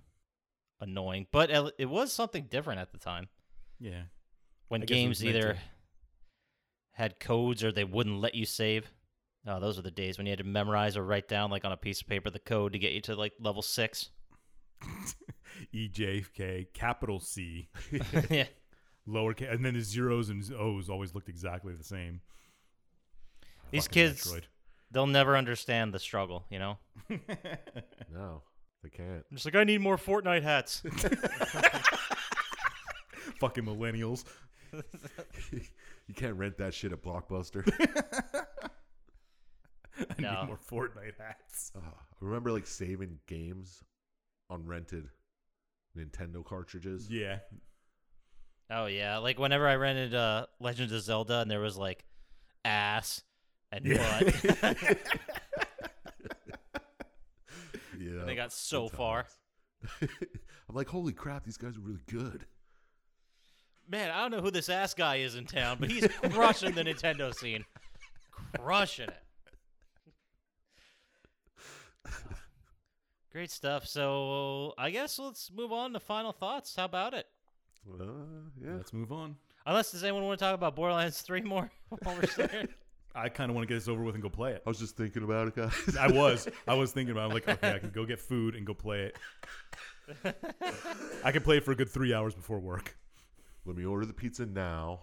Speaker 2: annoying, but el- it was something different at the time
Speaker 1: yeah.
Speaker 2: when
Speaker 1: I guess it was
Speaker 2: games
Speaker 1: meant
Speaker 2: either
Speaker 1: to.
Speaker 2: had codes or they wouldn't let you save. Oh, those are the days when you had to memorize or write down like on a piece of paper the code to get you to like level (laughs) 6.
Speaker 1: E EJFK, capital C,
Speaker 2: yeah.
Speaker 1: lowercase, and then the zeros and O's always looked exactly the same.
Speaker 2: These
Speaker 1: Fucking
Speaker 2: kids, they'll never understand the struggle, you know?
Speaker 1: Metroid.
Speaker 3: no, they can't.
Speaker 2: I'm just like, I need more Fortnite (laughs) hats.
Speaker 1: Fucking millennials.
Speaker 3: you can't rent that shit at (laughs) Blockbuster.
Speaker 1: (laughs) I
Speaker 2: No.
Speaker 1: need more Fortnite hats.
Speaker 3: Ugh, Ah, I remember like saving games on rented Nintendo cartridges.
Speaker 1: Yeah.
Speaker 2: oh, yeah. Like whenever I rented uh, Legend of Zelda and there was like ass and
Speaker 1: Yeah.
Speaker 2: butt.
Speaker 3: Yeah,
Speaker 2: they got so
Speaker 3: good
Speaker 2: far.
Speaker 3: times. (laughs) I'm like, holy crap, these guys are really good.
Speaker 2: Man, I don't know who this ass guy is in town, but he's crushing the Nintendo scene. Crushing it. Great stuff. So I guess let's move on to final thoughts. How about it?
Speaker 3: Uh, yeah,
Speaker 1: Let's move on.
Speaker 2: Unless does anyone want to talk about Borderlands 3 more (laughs) while we're still here?
Speaker 1: I kind of want to get this over with and go play it.
Speaker 3: I was just thinking about it, guys. (laughs)
Speaker 1: (laughs) I was. I was thinking about. it. I'm like, okay, I can go get food and go play it. I can play it for a good three hours before work. (laughs)
Speaker 3: Let me order the pizza now.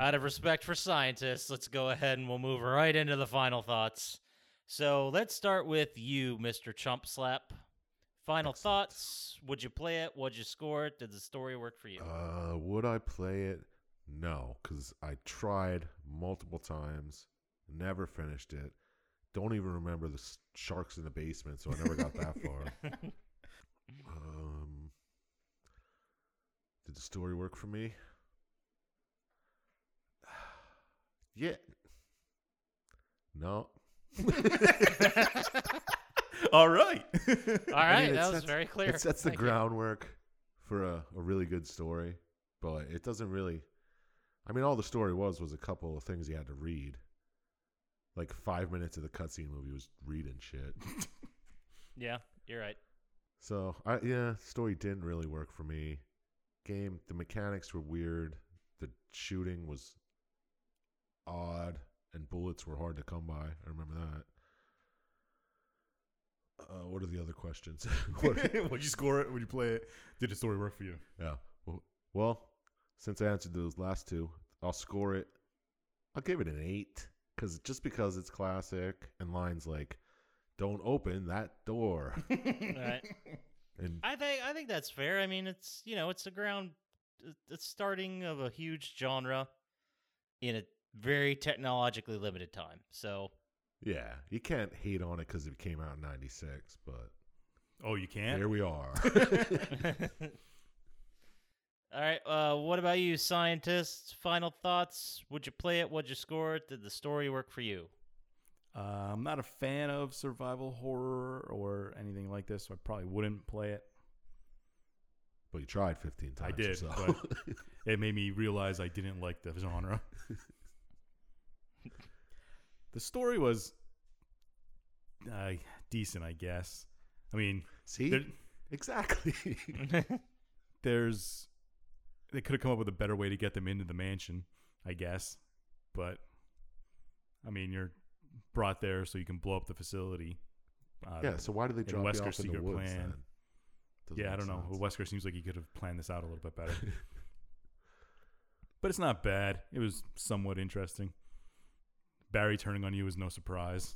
Speaker 2: out of respect for scientists, let's go ahead and we'll move right into the final thoughts. So let's start with you, Mr. Chump Slap. Final
Speaker 3: Excellent.
Speaker 2: thoughts. Would you play it? Would you score it? Did the story work for you?
Speaker 3: Uh, would I play it? No, because I tried multiple times, never finished it. Don't even remember the s- sharks in the basement, so I never got that far. Um, did the story work for me? (sighs) yeah. No.
Speaker 1: All (laughs) right.
Speaker 2: All right,
Speaker 3: it
Speaker 2: that was
Speaker 3: sets-
Speaker 2: very clear.
Speaker 3: It sets the
Speaker 2: Thank you.
Speaker 3: groundwork for a, a really good story, but it doesn't really. I mean, all the story was was a couple of things you had to read. Like five minutes of the cutscene movie was reading shit. (laughs)
Speaker 2: Yeah, you're
Speaker 3: (coughs)
Speaker 2: right.
Speaker 3: So I yeah, story didn't really work for me. Game the mechanics were weird. The shooting was odd, and bullets were hard to come by. I remember that. Uh, what are the other questions? (laughs)
Speaker 1: (laughs)
Speaker 3: What-
Speaker 1: Would you score it? Would you play it? Did the story work for you?
Speaker 3: Yeah. Well- Well, since I answered those last two, I'll score it. I'll give it an eight because just because it's classic and lines like "Don't open that
Speaker 1: (laughs)
Speaker 3: door"
Speaker 2: All right.
Speaker 3: and
Speaker 2: I think I think that's fair. I mean, it's you know, it's the ground, uh, it's starting of a huge genre in a very technologically limited time. So
Speaker 3: yeah, you can't hate on it because it came out in '96. But
Speaker 1: Oh, you can.
Speaker 3: there we are.
Speaker 1: (laughs)
Speaker 2: All right. Uh, what about you, scientists? Final thoughts? Would you play it? Would you score it? Did the story work
Speaker 1: (laughs)
Speaker 2: for you?
Speaker 1: Uh, I'm not a fan of survival horror or anything like this, so I probably wouldn't play it.
Speaker 3: but you tried 15
Speaker 1: I
Speaker 3: times.
Speaker 1: did,
Speaker 3: so.
Speaker 1: but- It made me realize I didn't like the genre. the story was uh, decent, I guess. I mean,
Speaker 3: (laughs) see
Speaker 1: there- (laughs)
Speaker 3: exactly.
Speaker 1: there's they could have come up with a better way to get them into the mansion, I guess. But I mean, you're brought there so you can blow up the facility. Uh,
Speaker 3: yeah. So why do they drop you
Speaker 1: Wesker's
Speaker 3: off in the
Speaker 1: secret
Speaker 3: woods?
Speaker 1: plan.
Speaker 3: Then? Doesn't
Speaker 1: yeah, I
Speaker 3: make
Speaker 1: don't know.
Speaker 3: sense.
Speaker 1: Wesker seems like he could have planned this out a little bit better. (laughs) but it's not bad. It was somewhat interesting. Barry turning on you is no surprise.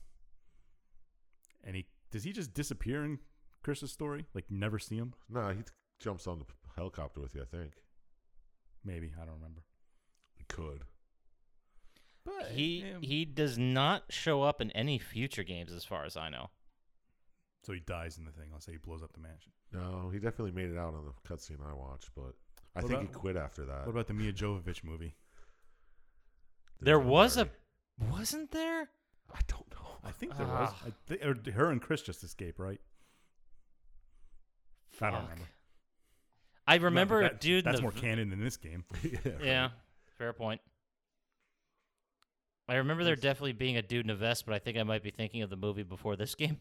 Speaker 1: And he does he just disappear in Chris's story? Like never see him?
Speaker 3: No, he jumps on the p- helicopter with you. I think
Speaker 1: Maybe I don't remember.
Speaker 3: he could.
Speaker 1: But
Speaker 2: He
Speaker 1: yeah,
Speaker 2: he does not show up in any future games, as far as I know.
Speaker 1: so he dies in the thing. I'll say he blows up the mansion.
Speaker 3: No, he definitely made it out on the cutscene I watched, but I
Speaker 1: What
Speaker 3: think he
Speaker 1: about-
Speaker 3: quit after that.
Speaker 1: What about the Mia Jovovich movie?
Speaker 2: There
Speaker 3: There's
Speaker 2: was a,
Speaker 3: already-
Speaker 2: wasn't there?
Speaker 3: I don't know.
Speaker 1: I think there was.
Speaker 2: Ah.
Speaker 1: I thi- or her and Chris just escape, right? I don't
Speaker 2: Fuck.
Speaker 1: remember.
Speaker 2: I
Speaker 1: No, but
Speaker 2: remember a
Speaker 1: that-
Speaker 2: dude. in
Speaker 1: That's
Speaker 2: the
Speaker 1: more
Speaker 2: v-
Speaker 1: canon than this game.
Speaker 3: (laughs) yeah.
Speaker 2: Yeah, fair point. I remember there definitely being a dude in a vest, but I think I might be thinking of the movie before this (laughs) game.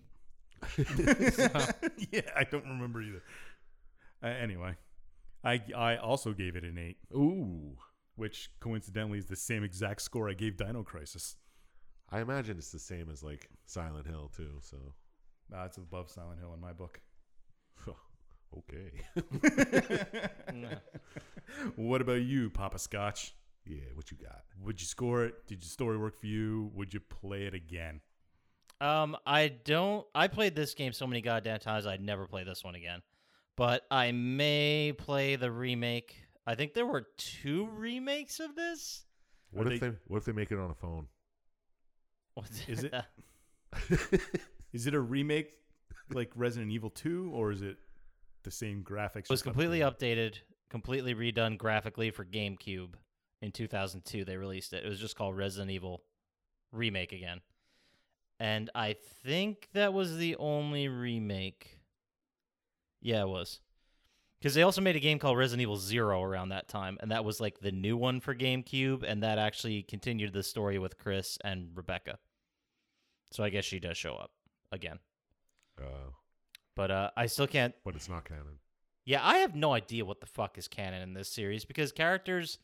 Speaker 1: (laughs) yeah, I don't remember either. Uh, anyway, I I also gave it an eight,
Speaker 3: Ooh.
Speaker 1: which coincidentally is the same exact score I gave Dino Crisis.
Speaker 3: I imagine it's the same as like Silent Hill too. So (laughs)
Speaker 1: Uh, it's above Silent Hill in my book.
Speaker 3: okay. (laughs)
Speaker 1: What about you, Papa Scotch?
Speaker 3: yeah, what you got?
Speaker 1: Would you score it? Did your story work for you? Would you play it
Speaker 2: (laughs)
Speaker 1: again?
Speaker 2: Um, I don't. I played this game so many goddamn times. I'd never play this one again. But I may play the remake. I think there were two remakes of this. (laughs)
Speaker 3: What
Speaker 1: Are
Speaker 3: if
Speaker 1: they-
Speaker 3: they, what if they make it on a phone?
Speaker 2: What's
Speaker 1: Is it-
Speaker 2: that?
Speaker 1: Is it a remake like Resident Evil 2 or is it the same graphics?
Speaker 2: It was
Speaker 1: just
Speaker 2: completely updated, completely redone graphically for GameCube in 2002. They released it. It was just called Resident Evil Remake again. And I think that was the only remake. Yeah, it was. Because they also made a game called Resident Evil Zero around that time, and that was like the new one for GameCube, and that actually continued the story with Chris and Rebecca. So I guess she does show up again.
Speaker 3: Uh,
Speaker 2: But uh, I still can't
Speaker 3: but it's not canon.
Speaker 2: yeah, I have no idea what the fuck is canon in this series because characters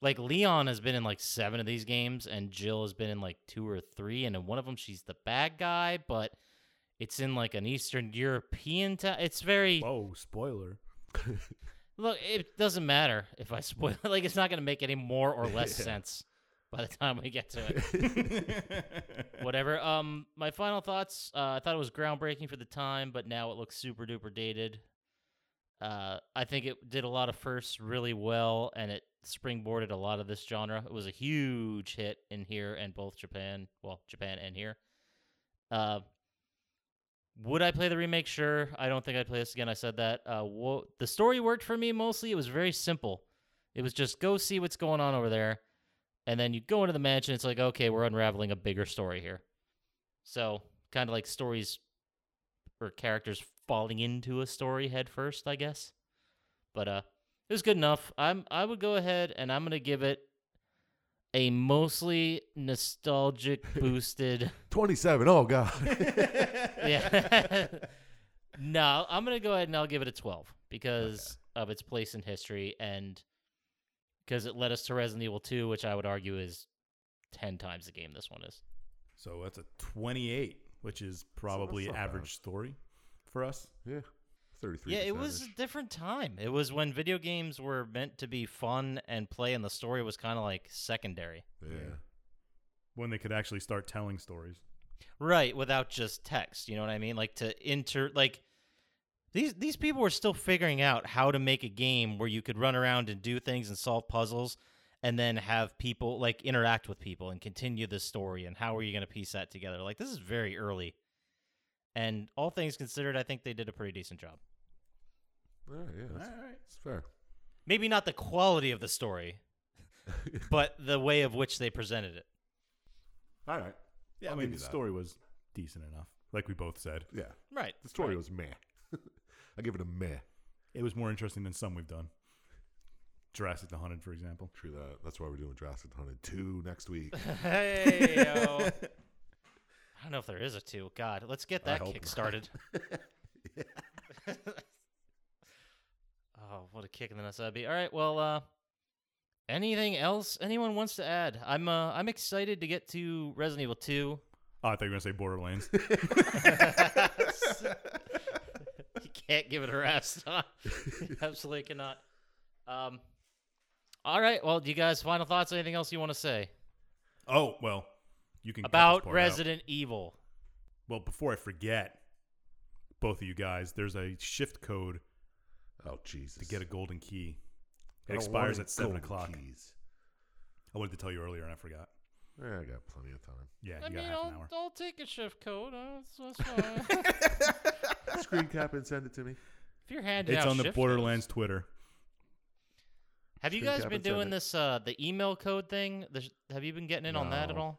Speaker 2: like Leon has been in like seven of these games, and Jill has been in like two or three, and in one of them she's the bad guy, but it's in like an Eastern European town. It's very
Speaker 1: Whoa,
Speaker 2: (laughs)
Speaker 1: spoiler. (laughs)
Speaker 2: look. It doesn't matter if I spoil. (laughs) Like it's not gonna make any more or less sense by the time we get to it. (laughs) Whatever. Um, my final thoughts. Uh, I thought it was groundbreaking for the time, but now it looks super duper dated. Uh, I think it did a lot of firsts really well, and it springboarded a lot of this genre. It was a huge hit in here and both Japan, well, Japan and here. Uh, would I play the remake? Sure. I don't think I'd play this again. I said that. Uh, wo- the story worked for me mostly. It was very simple. It was just go see what's going on over there. And then you go into the mansion. It's like, okay, we're unraveling a bigger story here. So, kind of like stories or characters falling into a story head first, I guess. But uh, it was good enough. I'm I would go ahead and I'm gonna give it a mostly nostalgic (laughs) boosted.
Speaker 3: Twenty-seven. Oh god. (laughs)
Speaker 2: yeah. (laughs) no, I'm gonna go ahead and I'll give it a 12 because of its place in history and because it led us to Resident Evil 2, which I would argue is 10 times the game this one is.
Speaker 1: So that's a 28, which is probably
Speaker 3: not bad.
Speaker 1: average story for us.
Speaker 3: yeah. Thirty-three.
Speaker 2: Yeah, it was a
Speaker 3: percentage.
Speaker 2: different time. It was when video games were meant to be fun and play, and the story was kind of like secondary.
Speaker 3: Yeah.
Speaker 1: When they could actually start telling stories.
Speaker 2: Right, without just text, you know what I mean? Like to inter like these these people were still figuring out how to make a game where you could run around and do things and solve puzzles and then have people like interact with people and continue the story and how are you going to piece that together? Like this is very early. And all things considered, I think they did a pretty decent job.
Speaker 3: All right. Yeah. That's,
Speaker 1: right.
Speaker 3: that's fair.
Speaker 2: Maybe not the quality of the story, but the way of which they presented it.
Speaker 3: All right.
Speaker 1: Yeah,
Speaker 3: I'll
Speaker 1: I mean,
Speaker 3: give
Speaker 1: the
Speaker 3: you that.
Speaker 1: story was decent enough, like we both said.
Speaker 3: Yeah.
Speaker 2: Right.
Speaker 3: The story
Speaker 2: right.
Speaker 3: was meh. (laughs) I give it a meh.
Speaker 1: It was more interesting than some we've done. Jurassic the Hunted, for example.
Speaker 3: True that. That's why we're doing Jurassic Hunted two
Speaker 1: (laughs)
Speaker 3: next week.
Speaker 2: Hey, I don't know if there is a two. God, let's get that
Speaker 1: hope
Speaker 2: kick
Speaker 1: not. (laughs)
Speaker 2: started. (laughs) oh, what a kick in the nuts that'd be. All right, well, uh, anything else anyone wants to add? I'm uh, I'm excited to get to Resident Evil Two. (laughs)
Speaker 1: Oh, I thought you were going to say
Speaker 3: (laughs)
Speaker 1: Borderlands.
Speaker 2: you can't give it a rest. Huh? (laughs) You Absolutely cannot. Um, all right, well, do you guys final thoughts? Anything else you want to say
Speaker 1: oh, well, you can. cut this
Speaker 2: about
Speaker 1: part out.
Speaker 2: Resident Evil?
Speaker 1: Well, before I forget, both of you guys, there's a shift code
Speaker 3: oh Jesus.
Speaker 1: to get a golden key.
Speaker 3: I
Speaker 1: It
Speaker 3: don't
Speaker 1: expires
Speaker 3: want
Speaker 1: at 7
Speaker 3: gold
Speaker 1: o'clock.
Speaker 3: keys.
Speaker 1: I wanted to tell you earlier and I forgot.
Speaker 3: Eh, I got plenty of time.
Speaker 1: Yeah,
Speaker 2: I
Speaker 1: you got
Speaker 2: mean,
Speaker 1: half an
Speaker 2: I'll,
Speaker 1: hour.
Speaker 2: I'll take a shift code. Uh, That's, that's
Speaker 1: (laughs)
Speaker 2: fine.
Speaker 3: (laughs) Screen cap and send it to me.
Speaker 2: if you're handing
Speaker 1: It's
Speaker 2: out
Speaker 1: on the
Speaker 2: shift
Speaker 1: Borderlands
Speaker 2: codes.
Speaker 1: Twitter.
Speaker 2: Have you
Speaker 3: Screen
Speaker 2: guys
Speaker 3: cap
Speaker 2: been
Speaker 3: and send
Speaker 2: doing
Speaker 3: it.
Speaker 2: this? Uh, the email code thing. The, sh- have you been getting in on that at
Speaker 3: No.
Speaker 2: all?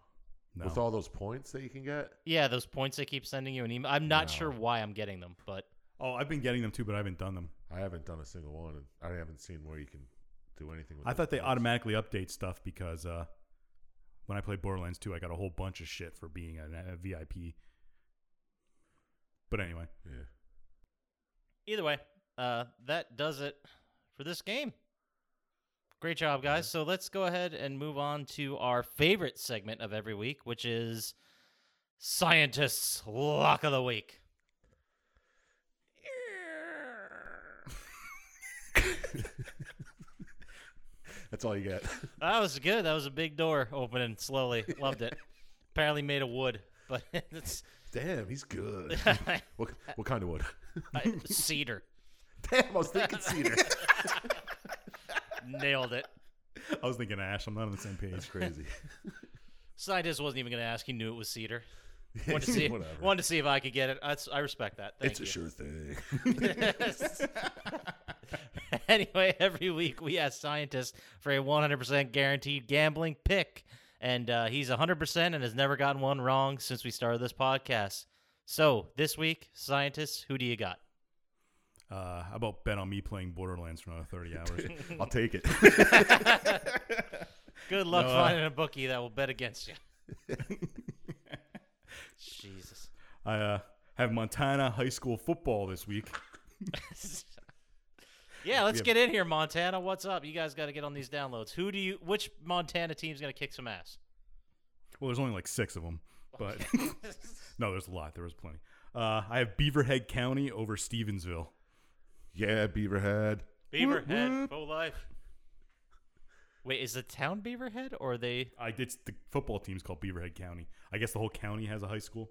Speaker 1: No.
Speaker 3: With all those points that you can get.
Speaker 2: Yeah, those points they keep sending you an email. I'm not
Speaker 3: No.
Speaker 2: sure why I'm getting them, but
Speaker 1: oh, I've been getting them too, but I haven't done them.
Speaker 3: I haven't done a single one, and I haven't seen where you can do anything. with
Speaker 1: I
Speaker 3: those
Speaker 1: thought they
Speaker 3: points.
Speaker 1: automatically update stuff because uh, when I played Borderlands 2, I got a whole bunch of shit for being an- a, VIP. But anyway, (laughs)
Speaker 3: Yeah.
Speaker 2: either way, uh, that does it for this game. Great job, guys. So let's go ahead and move on to our favorite segment of every week, which is Scientists Lock of the Week.
Speaker 1: (laughs)
Speaker 3: That's all you get. (laughs)
Speaker 2: That was good. That was a big door opening slowly. Loved it. Apparently made of wood, but (laughs) it's
Speaker 3: Damn, he's
Speaker 1: (laughs)
Speaker 3: good. what, what kind of wood?
Speaker 2: cedar.
Speaker 3: (laughs) Damn, I was thinking
Speaker 1: (laughs)
Speaker 3: cedar.
Speaker 2: Nailed it.
Speaker 1: I was thinking Ash. I'm not on the same page.
Speaker 3: (laughs) That's crazy.
Speaker 2: Scientist wasn't even going to ask. He knew it was cedar. Wanted to
Speaker 3: (laughs)
Speaker 2: see,
Speaker 3: Whatever.
Speaker 2: wanted to see if I could get it. That's, I respect that. Thank
Speaker 3: it's
Speaker 2: you.
Speaker 3: a sure
Speaker 1: (laughs)
Speaker 3: thing.
Speaker 2: (laughs) anyway, every week we ask scientists for a 100% guaranteed gambling pick, and uh, he's 100% and has never gotten one wrong since we started this podcast. So this week, scientists, who do you got?
Speaker 1: Uh, how about bet on me playing Borderlands for another 30 hours?
Speaker 3: I'll take
Speaker 1: (laughs)
Speaker 3: it.
Speaker 2: Good luck
Speaker 1: No, uh,
Speaker 2: finding a bookie that will bet against (laughs) you. (laughs) Jesus.
Speaker 1: I uh, have Montana high school football this week.
Speaker 2: Yeah, let's get in here, Montana. What's up? You guys got to get on these downloads. Who do you? Which Montana team's gonna kick some ass?
Speaker 1: Well, there's only like six of them,
Speaker 3: (laughs)
Speaker 1: but (laughs) no, there's a lot. There was plenty. Uh, I have Beaverhead County over Stevensville.
Speaker 3: yeah, Beaverhead.
Speaker 2: (laughs) Beaverhead, full life. Wait, is the town Beaverhead or are they?
Speaker 1: I it's the football team's called Beaverhead County. I guess the whole county has a high school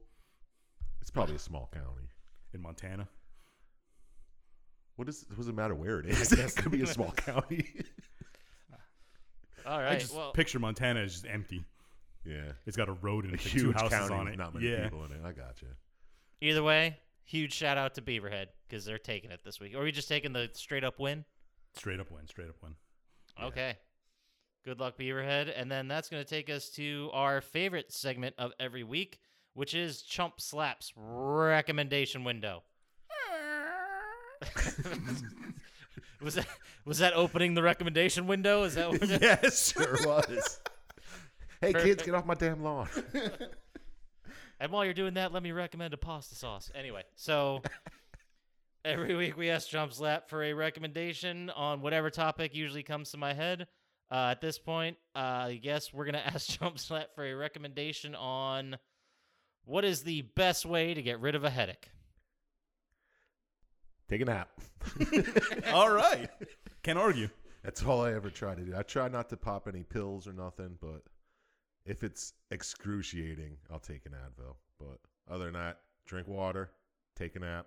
Speaker 3: It's probably a small county.
Speaker 1: in Montana.
Speaker 3: What does it doesn't matter where it is. (laughs) It
Speaker 1: (laughs)
Speaker 3: could be a small county.
Speaker 2: All
Speaker 1: I
Speaker 2: right.
Speaker 1: just
Speaker 2: well,
Speaker 1: picture Montana as just empty.
Speaker 3: yeah.
Speaker 1: It's got a road and
Speaker 3: A
Speaker 1: it's like
Speaker 3: huge
Speaker 1: two houses
Speaker 3: county
Speaker 1: on
Speaker 3: with
Speaker 1: it.
Speaker 3: not many
Speaker 1: yeah.
Speaker 3: people in it. I gotcha.
Speaker 2: either way, huge shout out to Beaverhead because they're taking it this week. Or are you just taking the straight up win?
Speaker 1: Straight up win. Straight up
Speaker 3: (laughs)
Speaker 1: win.
Speaker 2: Okay. Good luck, Beaverhead. And then that's going to take us to our favorite segment of every week, which is Chump Slap's recommendation window. (laughs) was that was that opening the recommendation window? Is that what
Speaker 1: yes.
Speaker 3: There
Speaker 1: (laughs)
Speaker 3: was. hey kids, get off my damn lawn.
Speaker 2: And while you're doing that, let me recommend a pasta sauce. Anyway,
Speaker 3: (laughs)
Speaker 2: so every week we ask Jump Slap for a recommendation on whatever topic usually comes to my head. Uh, at this point, uh, I guess we're going to (laughs) ask Jump Slap for a recommendation on what is the best way to get rid of a headache.
Speaker 3: Take a nap.
Speaker 1: (laughs) All right. Can't argue.
Speaker 3: (laughs) That's all I ever try to do. I try not to pop any pills or nothing, but if it's excruciating, I'll take an Advil. But other than that, drink water, take a nap.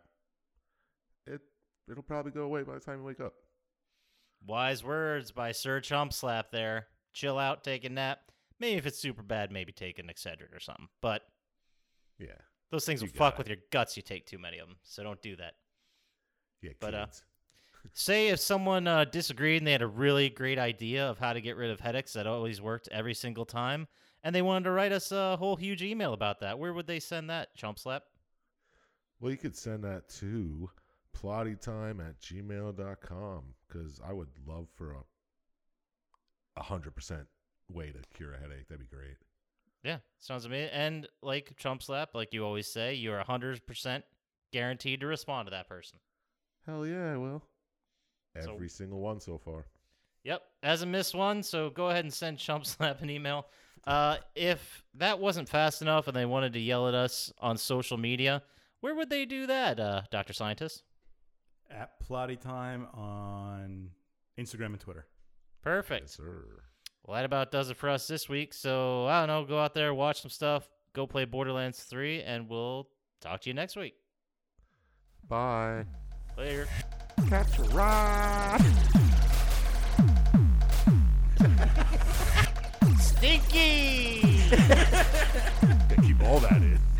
Speaker 3: It it'll probably go away by the time you wake up.
Speaker 2: Wise words by Sir Chump Slap there. Chill out, take a nap. Maybe if it's super bad, maybe take an Excedrin or something. But
Speaker 3: Yeah.
Speaker 2: those things
Speaker 3: You
Speaker 2: will fuck
Speaker 3: got
Speaker 2: with your guts. You take too many of them, so don't do that.
Speaker 3: Yeah,
Speaker 2: But, uh,
Speaker 3: kids.
Speaker 2: Say if someone uh, disagreed and they had a really great idea of how to get rid of headaches that always worked every single time, and they wanted to write us a whole huge email about that, where would they send that, Chump Slap?
Speaker 3: Well, you could send that to plottytime at gmail.com because I would love for a a 100% way to cure a headache. That'd be great.
Speaker 2: Yeah, sounds amazing. And like Chump Slap, like you always say, you're 100% guaranteed to respond to that person.
Speaker 3: Hell yeah, I will.
Speaker 2: So-
Speaker 3: Every single one so far.
Speaker 2: Yep, hasn't missed one, so go ahead and send Chump (laughs) Slap an email. Uh, if that wasn't fast enough and they wanted to yell at us on social media, where would they do that, uh, Dr. Scientist?
Speaker 1: At Plotty Time on Instagram and Twitter.
Speaker 2: Perfect.
Speaker 3: Yes, sir.
Speaker 2: Well, that about does it for us this week. So I don't know. Go out there, watch some stuff, go play Borderlands 3, and we'll talk to you next week.
Speaker 3: Bye.
Speaker 2: Later.
Speaker 3: That's right.
Speaker 2: (laughs) Stinky!
Speaker 3: all that is.